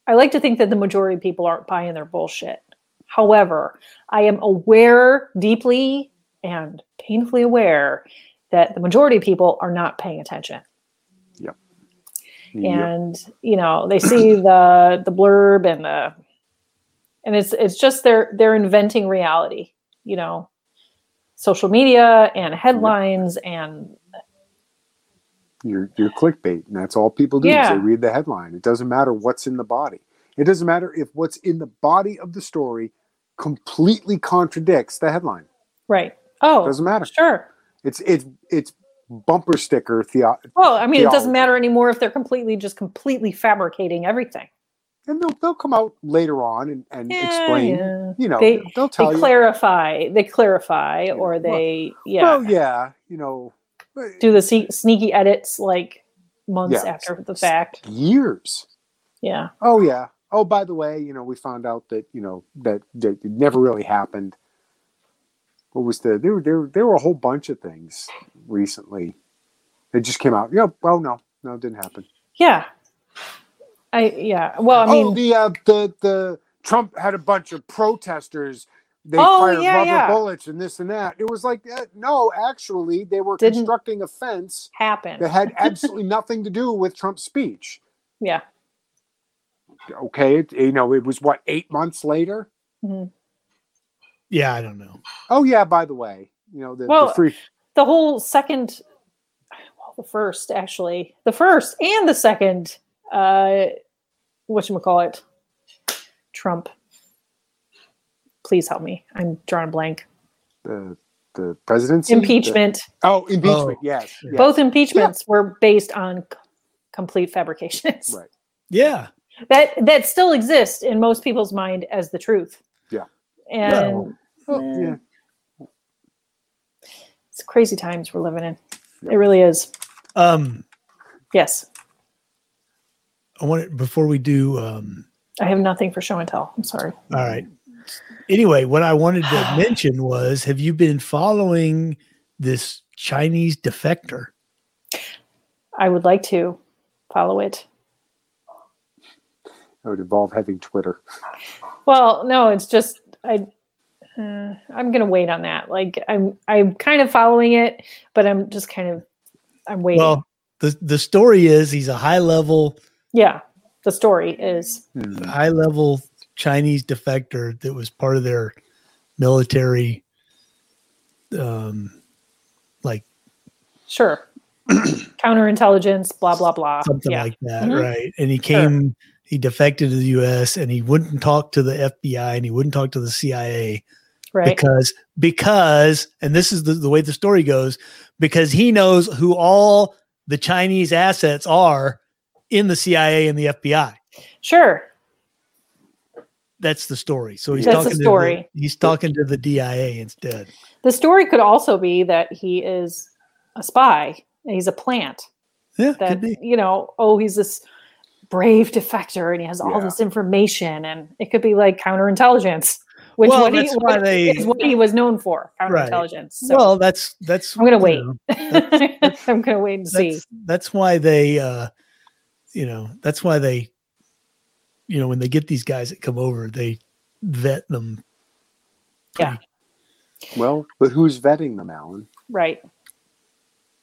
Speaker 3: I like to think that the majority of people aren't buying their bullshit. However, I am aware deeply and painfully aware that the majority of people are not paying attention.
Speaker 2: yep.
Speaker 3: and you know
Speaker 2: [COUGHS]
Speaker 3: they see the the blurb and the and it's it's just they're they're inventing reality you know social media and headlines and
Speaker 2: your your clickbait, and that's all people do. Is
Speaker 3: Yeah.
Speaker 2: they read the headline. It doesn't matter what's in the body. It doesn't matter if what's in the body of the story completely contradicts the headline.
Speaker 3: right oh
Speaker 2: Doesn't matter.
Speaker 3: sure
Speaker 2: It's it's it's bumper sticker theo-
Speaker 3: well Oh, i mean it doesn't
Speaker 2: Theology.
Speaker 3: matter anymore if they're completely just completely fabricating everything
Speaker 2: and they'll they'll come out later on and, and explain.
Speaker 3: yeah.
Speaker 2: You know,
Speaker 3: They-
Speaker 2: they, will
Speaker 3: they
Speaker 2: tell you.
Speaker 3: clarify they clarify or
Speaker 2: well-
Speaker 3: they yeah
Speaker 2: Well, yeah, you know, but
Speaker 3: do the se- sneaky edits like months
Speaker 2: Yeah.
Speaker 3: after the fact
Speaker 2: years.
Speaker 3: yeah
Speaker 2: Oh yeah. Oh, by the way, you know, we found out that you know that, that it never really happened. What was the there were there, were- there were a whole bunch of things recently that just came out. Yep. Well, no, no, it didn't happen.
Speaker 3: yeah i yeah well i mean
Speaker 2: oh, the uh, the the Trump had a bunch of protesters. They
Speaker 3: Oh,
Speaker 2: fired
Speaker 3: yeah,
Speaker 2: rubber
Speaker 3: yeah.
Speaker 2: bullets and this and that. It was like uh, no, actually, they were
Speaker 3: Didn't-
Speaker 2: constructing a fence
Speaker 3: happen
Speaker 2: that had absolutely nothing to do with Trump's speech.
Speaker 3: Yeah.
Speaker 2: Okay, it, you know, it was what eight months later.
Speaker 3: Mhm.
Speaker 1: Yeah, I don't know.
Speaker 2: Oh yeah, by the way, you know the, the
Speaker 3: Well,
Speaker 2: free.
Speaker 3: The whole second, well, the first actually, the first and the second, uh, whatchamacallit, Trump. Please help me. I'm drawing a blank.
Speaker 2: the the presidency
Speaker 3: Impeachment.
Speaker 2: The- oh, impeachment.
Speaker 1: Oh.
Speaker 2: Yes, yes.
Speaker 3: Both impeachments were based on c- complete fabrications.
Speaker 2: Right.
Speaker 1: Yeah.
Speaker 3: That that still exists in most people's mind as the truth.
Speaker 2: Yeah.
Speaker 3: And
Speaker 2: Well, yeah.
Speaker 3: it's crazy times we're living in. It really is.
Speaker 1: Um,
Speaker 3: Yes.
Speaker 1: I want it before we do um
Speaker 3: I have nothing for show and tell. I'm sorry.
Speaker 1: all right. Anyway, what I wanted
Speaker 2: [SIGHS]
Speaker 1: to mention was have you been following this Chinese defector?
Speaker 3: I would like to follow it.
Speaker 2: It would involve having Twitter.
Speaker 3: Well, no, it's just I. Uh, I'm gonna wait on that. Like I'm, I'm kind of following it, but I'm just kind of, I'm waiting.
Speaker 1: Well, the the story is he's a high level
Speaker 3: yeah, the story is
Speaker 2: Hmm.
Speaker 1: high level Chinese defector that was part of their military um like [CLEARS THROAT]
Speaker 3: sure counterintelligence, blah blah blah. [LAUGHS]
Speaker 1: something
Speaker 3: yeah,
Speaker 1: like that,
Speaker 3: Mhm.
Speaker 1: right? And he
Speaker 3: Sure.
Speaker 1: came, he defected to the U.S. and he wouldn't talk to the FBI and he wouldn't talk to the CIA
Speaker 3: right.
Speaker 1: because because and this is the, the way the story goes because he knows who all the Chinese assets are in the CIA and the FBI.
Speaker 3: Sure.
Speaker 1: that's the story. So he's
Speaker 3: That's the
Speaker 1: talking To
Speaker 3: story.
Speaker 1: the, he's talking to the DIA instead.
Speaker 3: The story could also be that he is a spy. and He's a plant.
Speaker 1: Yeah, could
Speaker 3: That
Speaker 1: be.
Speaker 3: you know, oh, he's this brave defector and he has all
Speaker 2: Yeah.
Speaker 3: this information, and it could be like counterintelligence, which
Speaker 1: Well,
Speaker 3: what he,
Speaker 1: that's why
Speaker 3: what-
Speaker 1: they-
Speaker 3: is what he was known for,
Speaker 1: Right.
Speaker 3: counterintelligence. So
Speaker 1: well, that's that's.
Speaker 3: I'm gonna
Speaker 1: you
Speaker 3: wait. [LAUGHS]
Speaker 1: know,
Speaker 3: I'm gonna wait and see.
Speaker 1: that's, that's why they, uh, you know, that's why they, you know, when they get these guys that come over, they vet them.
Speaker 2: Well, but who's vetting them, Alan?
Speaker 3: Right.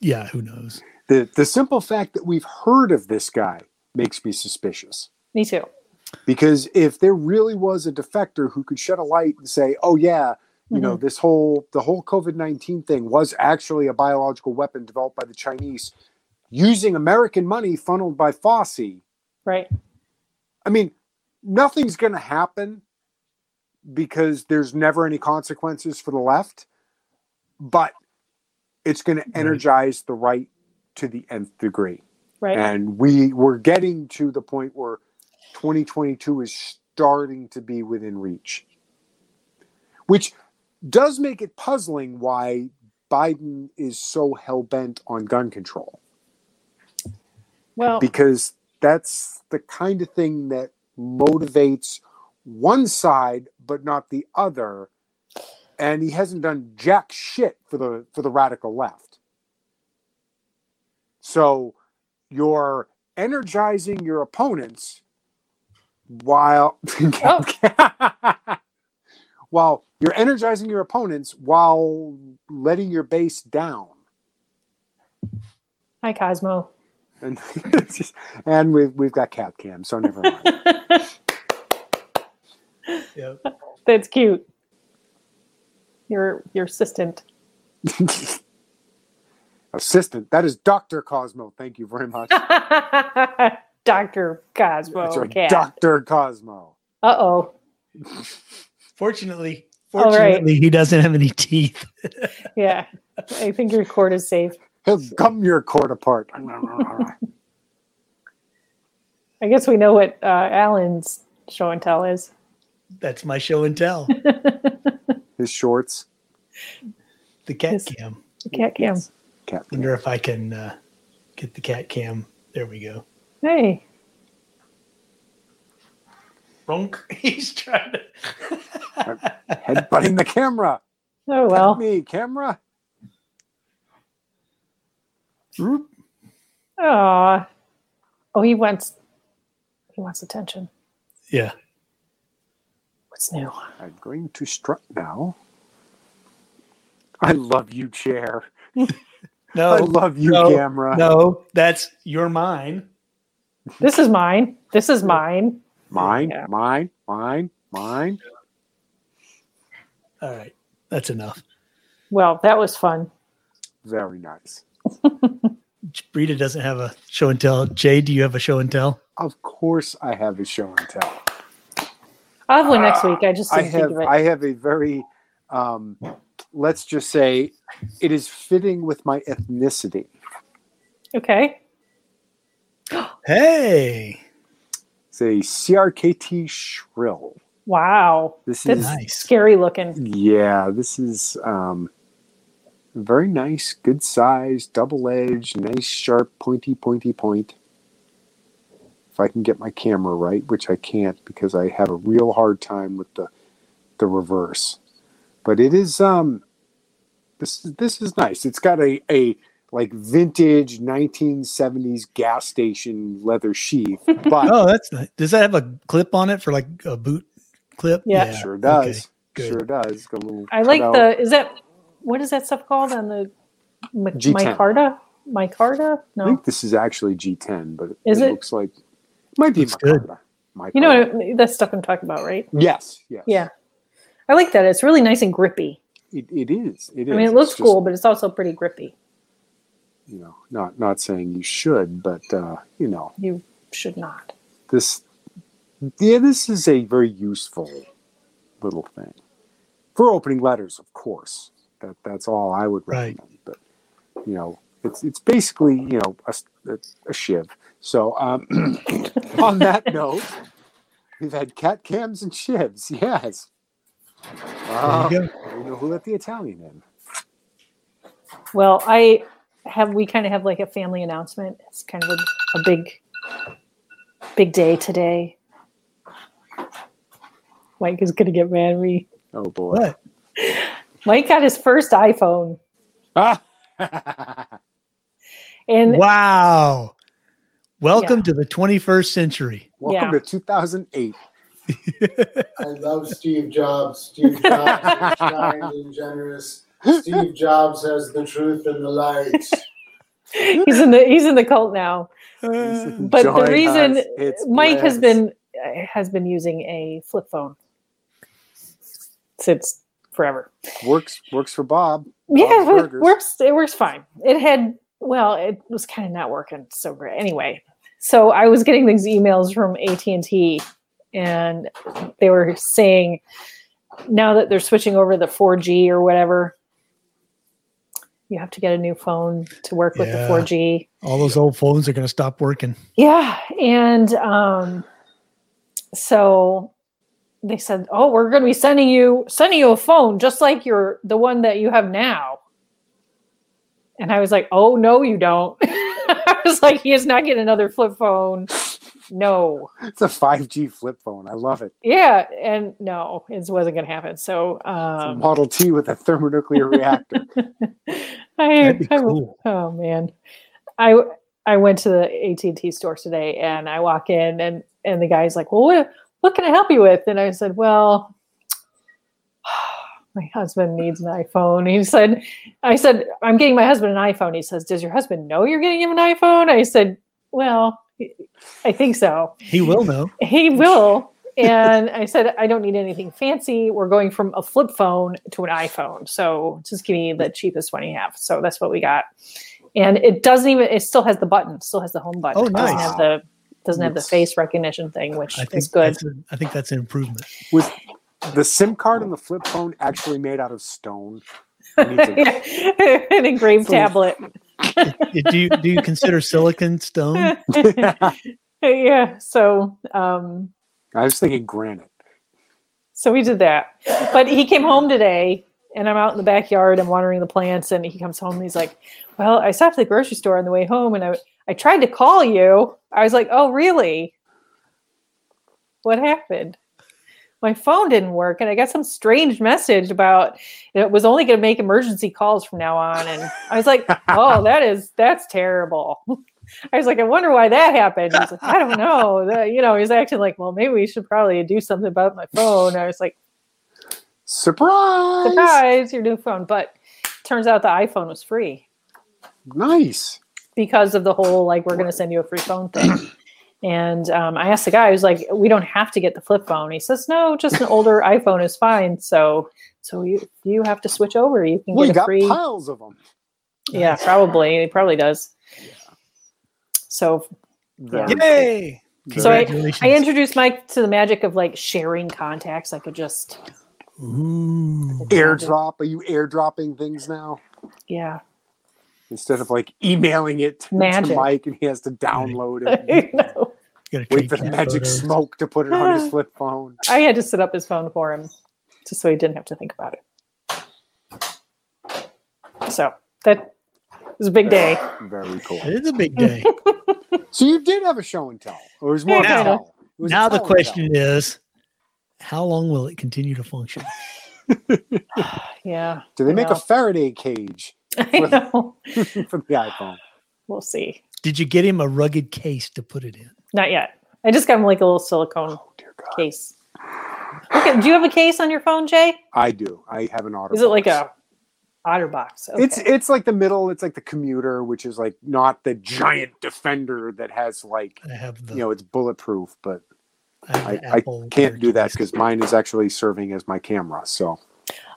Speaker 1: Yeah, who knows?
Speaker 2: The the simple fact that we've heard of this guy makes me suspicious.
Speaker 3: Me too.
Speaker 2: because if there really was a defector who could shed a light and say oh yeah you know
Speaker 3: Mm-hmm.
Speaker 2: this whole the whole covid-19 thing was actually a biological weapon developed by the chinese using american money funneled by fossey
Speaker 3: Mm-hmm. Right.
Speaker 2: i mean nothing's going to happen because there's never any consequences for the left but it's going to energize the right to the nth degree
Speaker 3: Right.
Speaker 2: and we we're getting to the point where 2022 is starting to be within reach which does make it puzzling why biden is so hell-bent on gun control
Speaker 3: well,
Speaker 2: because that's the kind of thing that motivates one side but not the other and he hasn't done jack shit for the for the radical left so you're energizing your opponents while [LAUGHS]
Speaker 3: Oh.
Speaker 2: while you're energizing your opponents while letting your base down
Speaker 3: hi Cosmo. [LAUGHS]
Speaker 2: and [LAUGHS] it's just- and we've we've got cat cam so never mind
Speaker 1: Yeah.
Speaker 3: That's cute. Your your assistant. [LAUGHS]
Speaker 2: Assistant. That is Dr. Cosmo. Thank you very
Speaker 3: [LAUGHS]
Speaker 2: much.
Speaker 3: Dr. Cosmo.
Speaker 2: That's right,
Speaker 3: Cat.
Speaker 2: Dr. Cosmo.
Speaker 3: uh oh.
Speaker 1: Fortunately,
Speaker 3: All right.
Speaker 1: fortunately, he doesn't have any teeth.
Speaker 3: Yeah. I think your cord is safe.
Speaker 2: He'll gum your
Speaker 1: [LAUGHS]
Speaker 2: cord apart.
Speaker 3: I guess we know what uh, Alan's show and tell is.
Speaker 1: That's my show and tell.
Speaker 2: His shorts.
Speaker 1: The cat
Speaker 3: Yes.
Speaker 1: cam.
Speaker 3: Cat cam.
Speaker 2: Cat.
Speaker 1: [LAUGHS] Wonder if I can uh, get the cat cam. There we go.
Speaker 3: Hey.
Speaker 1: Ronk. [LAUGHS] He's trying to.
Speaker 2: Headbutting the camera.
Speaker 3: Oh
Speaker 2: Help
Speaker 3: well.
Speaker 2: me, camera.
Speaker 3: Aw. Oh, he wants he wants attention.
Speaker 1: Yeah.
Speaker 3: What's new?
Speaker 2: I'm going to strut now. I love you, chair. I
Speaker 1: No.
Speaker 2: love you,
Speaker 1: no,
Speaker 2: camera.
Speaker 1: No, that's you're mine.
Speaker 3: This is mine. This is mine.
Speaker 2: Mine,
Speaker 3: Yeah.
Speaker 2: mine, mine, mine.
Speaker 1: All right. That's enough.
Speaker 3: Well, that was fun.
Speaker 2: Very nice.
Speaker 1: Brita doesn't have a show and tell. Jay, do you have a show and tell?
Speaker 2: Of course, I have a show and tell.
Speaker 3: I'll have one next week. I just
Speaker 2: Ah, I
Speaker 3: didn't think
Speaker 2: have
Speaker 3: of it.
Speaker 2: I have a very um, let's just say it is fitting with my ethnicity.
Speaker 3: okay.
Speaker 1: Hey.
Speaker 2: It's a CRKT shrill.
Speaker 3: Wow.
Speaker 2: This
Speaker 3: That's
Speaker 2: is
Speaker 1: Nice.
Speaker 3: scary looking.
Speaker 2: yeah, this is um, very nice, good size, double edged, nice sharp, pointy, pointy point. If I can get my camera right, which I can't because I have a real hard time with the the reverse. But it is um this this is nice. It's got a a like vintage 1970s gas station
Speaker 1: [LAUGHS]
Speaker 2: leather sheath, but
Speaker 1: Oh, that's nice. Does that have a clip on it for like a boot clip?
Speaker 3: Yeah.
Speaker 2: it sure
Speaker 1: Okay.
Speaker 2: does.
Speaker 1: good.
Speaker 2: sure does. It's got a little
Speaker 3: I like
Speaker 2: cutout.
Speaker 3: the is that what is that stuff called on the mi-
Speaker 2: G10.
Speaker 3: micarta? Micarta?
Speaker 2: I
Speaker 3: No.
Speaker 2: think this is actually G10, but
Speaker 3: Is
Speaker 2: it,
Speaker 3: it?
Speaker 2: looks like might be
Speaker 1: Looks good.
Speaker 2: Micarta. Micarta.
Speaker 3: You know what, that's stuff I'm talking about, right?
Speaker 2: Yes, yes.
Speaker 3: Yeah. I like that. It's really nice and grippy.
Speaker 2: It, it is. It is.
Speaker 3: I mean, it
Speaker 2: It's
Speaker 3: looks
Speaker 2: just,
Speaker 3: cool, but it's also pretty grippy.
Speaker 2: You know, not not saying you should, but uh, you know,
Speaker 3: You should not.
Speaker 2: this yeah, this is a very useful little thing for opening letters, of course. That that's all I would
Speaker 1: Right.
Speaker 2: recommend. But you know, it's it's basically you [CLEARS THROAT] know a, s- a- a shiv. So um, on that note, We've had cat cams and shivs. [LAUGHS] Yes. Wow.
Speaker 1: There you
Speaker 2: We know who let the Italian in.
Speaker 3: Well, I have we kind of have like a family announcement. It's kind of a, a big big day today. Mike is gonna get mad at me.
Speaker 2: Oh boy.
Speaker 1: What?
Speaker 3: Mike got his first iPhone.
Speaker 2: Ah.
Speaker 3: And
Speaker 1: Wow. Welcome to the 21st
Speaker 2: [LAUGHS]
Speaker 1: century.
Speaker 2: [LAUGHS] Welcome
Speaker 3: Yeah.
Speaker 2: to 2008.
Speaker 4: I love Steve Jobs. Steve Jobs is kind and generous. Steve Jobs has the truth and the light.
Speaker 3: he's in the he's in the cult now.
Speaker 1: Uh,
Speaker 3: But the
Speaker 2: Join
Speaker 3: reason
Speaker 2: us. It's
Speaker 3: Mike has
Speaker 2: bliss.
Speaker 3: been has been using a flip phone since forever.
Speaker 2: works works for Bob.
Speaker 3: Yeah,
Speaker 2: Bob's
Speaker 3: it wor-
Speaker 2: Burgers.
Speaker 3: works. It works fine. It had well, it was kind of not working so great anyway. So I was getting these emails from AT and T, and they were saying now that they're switching over to 4G or whatever, you have to get a new phone to work with
Speaker 1: Yeah.
Speaker 3: the 4G.
Speaker 1: all those old phones are going to stop working.
Speaker 3: Yeah, and um, so they said, "Oh, we're going to be sending you sending you a phone just like your the one that you have now." And I was like, "Oh no, you don't." [LAUGHS] I was like, "He is not getting another flip phone." No,
Speaker 2: It's a 5G flip phone. I love it.
Speaker 3: yeah, and no, it wasn't going to happen. So
Speaker 2: It's a
Speaker 3: um,
Speaker 2: Model T with a
Speaker 3: [LAUGHS]
Speaker 2: thermonuclear reactor.
Speaker 3: I,
Speaker 1: That'd be
Speaker 3: I-
Speaker 1: cool.
Speaker 3: oh man, I I went to the AT and T store today, and I walk in, and and the guy's like, "Well, what what can I help you with?" And I said, "Well, [SIGHS] my husband needs an iPhone." He said, "I said I'm getting my husband an iPhone." He says, "Does your husband know you're getting him an iPhone?" I said, "Well, I think so."
Speaker 1: He will know.
Speaker 3: He will. And I said, I don't need anything fancy. We're going from a flip phone to an iPhone. So just give me the cheapest one you have. So that's what we got. And it doesn't even, it still has the button, still has the home button.
Speaker 1: Oh,
Speaker 3: It doesn't
Speaker 1: nice.
Speaker 3: have the, doesn't have the
Speaker 2: Yes.
Speaker 3: face recognition thing, which
Speaker 1: I think
Speaker 3: is good.
Speaker 1: That's an, I think that's an improvement.
Speaker 2: Was the SIM card and the flip phone actually made out of stone? I need to-
Speaker 3: [LAUGHS] An engraved
Speaker 2: Cool.
Speaker 3: tablet. [LAUGHS]
Speaker 1: do you do you consider silicon stone?
Speaker 3: yeah. So, um,
Speaker 2: [LAUGHS] I was thinking granite.
Speaker 3: So we did that. But he came home today and I'm out in the backyard, I'm watering the plants, and he comes home and he's like, Well, I stopped at the grocery store on the way home and I I tried to call you. I was like, Oh really? What happened? My phone didn't work and I got some strange message about it was only gonna make emergency calls from now on. And I was like, Oh, that is that's terrible. I was like, I wonder why that happened. He's like,
Speaker 2: [LAUGHS]
Speaker 3: I don't know. That- you know, he's acting like, well, maybe we should probably do something about my phone. I was
Speaker 2: [LAUGHS]
Speaker 3: like,
Speaker 2: Surprise!
Speaker 3: surprise, your new phone. But turns out the iPhone was free
Speaker 2: Nice.
Speaker 3: because of the whole like we're going to send you a free phone thing.
Speaker 2: [CLEARS THROAT]
Speaker 3: And um, I asked the guy, I was like, we don't have to get the flip phone. He says, no, just an
Speaker 2: [LAUGHS]
Speaker 3: older iPhone is fine. So, so you you have to switch over. You can
Speaker 2: Well, you
Speaker 3: get a
Speaker 2: got
Speaker 3: free.
Speaker 2: piles of them.
Speaker 3: Yeah, probably. He probably does. So Yeah.
Speaker 1: Yay!
Speaker 3: So I-
Speaker 1: Congratulations.
Speaker 3: I introduced Mike to the magic of like sharing contacts. I could just
Speaker 1: Ooh.
Speaker 2: airdrop. Are you airdropping things now
Speaker 3: Yeah.
Speaker 2: instead of like emailing it to
Speaker 3: Magic.
Speaker 2: Mike and he has to download it?
Speaker 3: [LAUGHS] [LAUGHS] I know.
Speaker 1: Gotta
Speaker 2: Wait
Speaker 1: trade
Speaker 2: for the
Speaker 1: cat
Speaker 2: magic
Speaker 1: photos.
Speaker 2: smoke to put it on
Speaker 3: [GASPS]
Speaker 2: his flip phone.
Speaker 3: I had to set up his phone for him just so he didn't have to think about it. So that was a big day.
Speaker 2: Very cool.
Speaker 1: It is a big day.
Speaker 2: So you did have a show and tell, or it was more of a
Speaker 1: Now-
Speaker 2: tell. It was a
Speaker 1: now the
Speaker 2: tell and tell.
Speaker 1: question is, how long will it continue to function?
Speaker 3: [SIGHS] Yeah.
Speaker 2: Do they make a
Speaker 3: Well.
Speaker 2: Faraday cage
Speaker 3: [LAUGHS]
Speaker 2: [LAUGHS]
Speaker 3: I know.
Speaker 2: for the iPhone?
Speaker 3: We'll see.
Speaker 1: Did you get him a rugged case to put it in?
Speaker 3: Not yet. I just got him like a little silicone
Speaker 1: Oh,
Speaker 2: Dear God,
Speaker 3: case. Okay. Do you have a case on your phone, Jay?
Speaker 2: I do. I have an auto.
Speaker 3: Is it like a OtterBox? Okay.
Speaker 2: It's it's like the middle. It's like the commuter, which is like not the giant defender that has like
Speaker 1: I have the,
Speaker 2: you know it's bulletproof, but
Speaker 1: I have the
Speaker 2: I- I
Speaker 1: Apple.
Speaker 2: can't do that
Speaker 1: case.
Speaker 2: because mine is actually serving as my camera. So,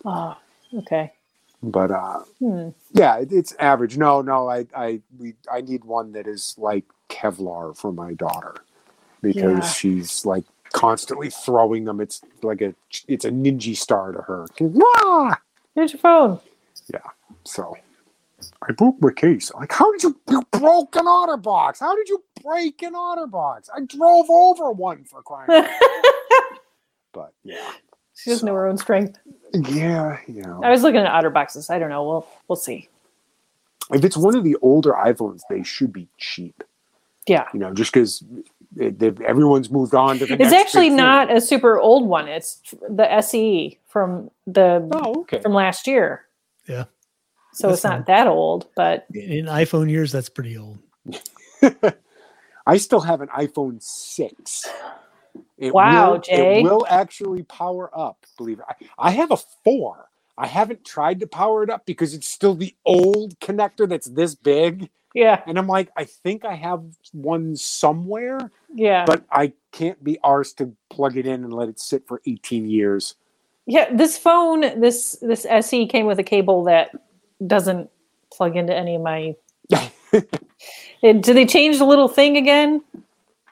Speaker 3: oh, okay.
Speaker 2: but uh,
Speaker 3: Hmm.
Speaker 2: yeah, it, it's average. No, no, I I we I need one that is like Kevlar for my daughter because
Speaker 3: Yeah.
Speaker 2: she's like constantly throwing them. It's like a it's a ninja star to her. Wah!
Speaker 3: Here's your phone.
Speaker 2: So I broke my case. Like, how did you, you broke an otter box? How did you break an otter box? I drove over one for crying. out loud.
Speaker 3: [LAUGHS]
Speaker 2: but yeah,
Speaker 3: [LAUGHS] She doesn't know her own strength.
Speaker 2: yeah, you know.
Speaker 3: I was looking at otter boxes. I don't know. We'll we'll see.
Speaker 2: if it's one of the older iPhones, they should be cheap.
Speaker 3: Yeah.
Speaker 2: You know, just because everyone's moved on to the.
Speaker 3: It's
Speaker 2: next
Speaker 3: actually
Speaker 2: big thing.
Speaker 3: not a super old one. It's the SE from the
Speaker 2: Oh, okay.
Speaker 3: from last year.
Speaker 1: Yeah.
Speaker 3: So
Speaker 1: That's
Speaker 3: it's not
Speaker 1: fine.
Speaker 3: that old, but
Speaker 1: In iPhone years, that's pretty old.
Speaker 2: I still have an iPhone six. It
Speaker 3: Wow,
Speaker 2: will,
Speaker 3: Jay.
Speaker 2: It will actually power up. Believe it. I, I have a four. I haven't tried to power it up because it's still the old connector that's this big,
Speaker 3: yeah,
Speaker 2: and I'm like, I think I have one somewhere,
Speaker 3: yeah,
Speaker 2: but I can't be arsed to plug it in and let it sit for 18 years.
Speaker 3: yeah. This phone, this this SE came with a cable that doesn't plug into any of
Speaker 2: [LAUGHS]
Speaker 3: my. And do they change the little thing again?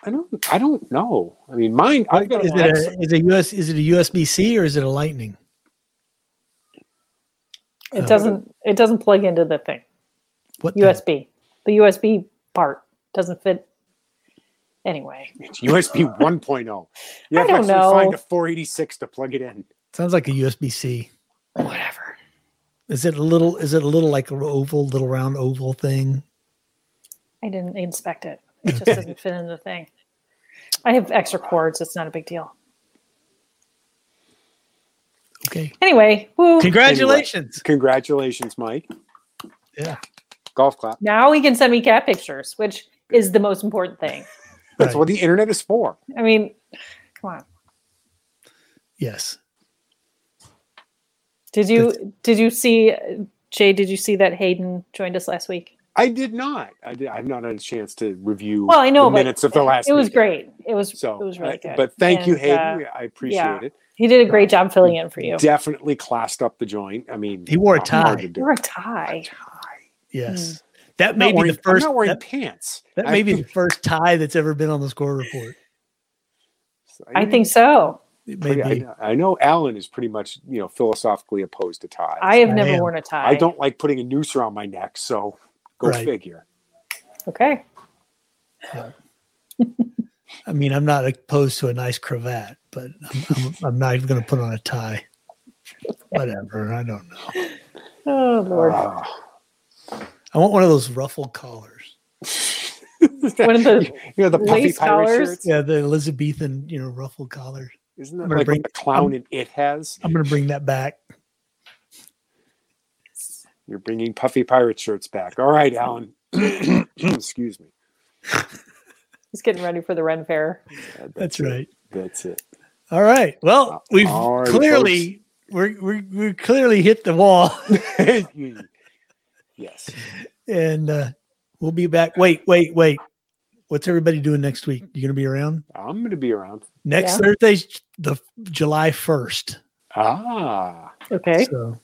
Speaker 2: I don't. I don't know. I mean, mine. I've got
Speaker 1: Is
Speaker 2: an
Speaker 1: it,
Speaker 2: X-
Speaker 1: a, is, it US, is it a USB C or is it a Lightning?
Speaker 3: It
Speaker 1: Uh,
Speaker 3: doesn't. It doesn't plug into the thing.
Speaker 1: What the-
Speaker 3: USB. The USB part doesn't fit. Anyway,
Speaker 2: It's USB 1.0. oh. You
Speaker 3: I
Speaker 2: have to
Speaker 3: don't
Speaker 2: actually
Speaker 3: know.
Speaker 2: find a 486 to plug it in.
Speaker 1: Sounds like a USB C.
Speaker 3: whatever.
Speaker 1: Is it a little? Is it a little like an oval, little round oval thing?
Speaker 3: I didn't inspect it. It just doesn't fit in the thing. I have extra cords. It's not a big deal.
Speaker 1: Okay.
Speaker 3: Anyway, woo.
Speaker 1: Congratulations.
Speaker 2: Congratulations, Mike.
Speaker 1: Yeah.
Speaker 2: Golf clap.
Speaker 3: Now he can send me cat pictures, which is the most important thing.
Speaker 2: That's
Speaker 1: Right.
Speaker 2: what the internet is for.
Speaker 3: I mean, come on.
Speaker 1: Yes.
Speaker 3: Did you did you see Jay? Did you see that Hayden joined us last week?
Speaker 2: I did not. I did, I've not had a chance to review
Speaker 3: Well, I know,
Speaker 2: the
Speaker 3: but
Speaker 2: minutes of the last.
Speaker 3: It was
Speaker 2: meeting.
Speaker 3: great. It was
Speaker 2: So,
Speaker 3: it was really
Speaker 2: I-
Speaker 3: good.
Speaker 2: but thank you,
Speaker 3: And, uh,
Speaker 2: Hayden. I appreciate
Speaker 3: yeah.
Speaker 2: it.
Speaker 3: he did a great job filling in for you.
Speaker 2: Definitely classed up the joint. I mean,
Speaker 1: He wore a
Speaker 2: not hard
Speaker 1: tie.
Speaker 2: to do.
Speaker 3: You're a tie.
Speaker 2: Hmm.
Speaker 1: Yes. That
Speaker 2: I'm
Speaker 1: may
Speaker 2: not
Speaker 1: be
Speaker 2: wearing,
Speaker 1: the first.
Speaker 2: I'm not wearing
Speaker 1: That,
Speaker 2: pants.
Speaker 1: that may be the first tie that's ever been on the score report.
Speaker 3: I think so.
Speaker 1: It may
Speaker 2: Pretty-
Speaker 1: be.
Speaker 2: Oh, I, I know Alan is pretty much you know philosophically opposed to ties.
Speaker 3: I have
Speaker 1: I
Speaker 3: never
Speaker 1: am.
Speaker 3: worn a tie.
Speaker 2: I don't like putting a noose around my neck, so go
Speaker 1: Right.
Speaker 2: figure.
Speaker 3: Okay.
Speaker 1: I mean, I'm not opposed to a nice cravat, but I'm, I'm, I'm not even going to put on a tie. Whatever. I don't know.
Speaker 3: Oh Lord.
Speaker 2: Ah.
Speaker 1: I want one of those ruffled collars.
Speaker 3: One of the
Speaker 2: [LAUGHS] you know the puffy
Speaker 3: lace
Speaker 2: pirate
Speaker 3: collars?
Speaker 2: shirts.
Speaker 1: Yeah, the Elizabethan, you know, ruffled collars.
Speaker 2: Isn't that
Speaker 1: I'm gonna
Speaker 2: like
Speaker 1: bring-
Speaker 2: what the clown in it has?
Speaker 1: I'm going to bring that back.
Speaker 2: You're bringing puffy pirate shirts back. All
Speaker 1: [CLEARS THROAT]
Speaker 2: right, Alan. Excuse me.
Speaker 3: he's getting ready for the Ren Fair.
Speaker 2: Yeah,
Speaker 1: That's
Speaker 2: Uh, it.
Speaker 1: right.
Speaker 2: That's it.
Speaker 1: All right. Well, we've
Speaker 2: All right,
Speaker 1: clearly we're, we're we're clearly hit the [LAUGHS] wall,
Speaker 2: You- yes.
Speaker 1: and uh, we'll be back. Wait, wait, wait. What's everybody doing next week? You gonna be around
Speaker 2: I'm going to be around.
Speaker 1: next
Speaker 3: Yeah.
Speaker 1: Thursday, the July first.
Speaker 2: Ah,
Speaker 3: Okay.
Speaker 1: So,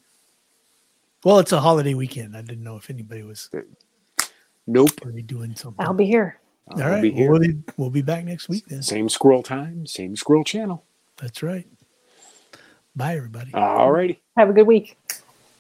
Speaker 1: well, it's a holiday weekend. I didn't know if anybody was
Speaker 2: nope.
Speaker 1: already doing something.
Speaker 3: I'll be here.
Speaker 2: I'll
Speaker 1: All right.
Speaker 2: Be
Speaker 1: well,
Speaker 2: here.
Speaker 1: we'll, be, we'll be back next week then.
Speaker 2: Same squirrel time, same squirrel channel.
Speaker 1: That's right. Bye, everybody.
Speaker 2: All righty.
Speaker 3: Have a good week.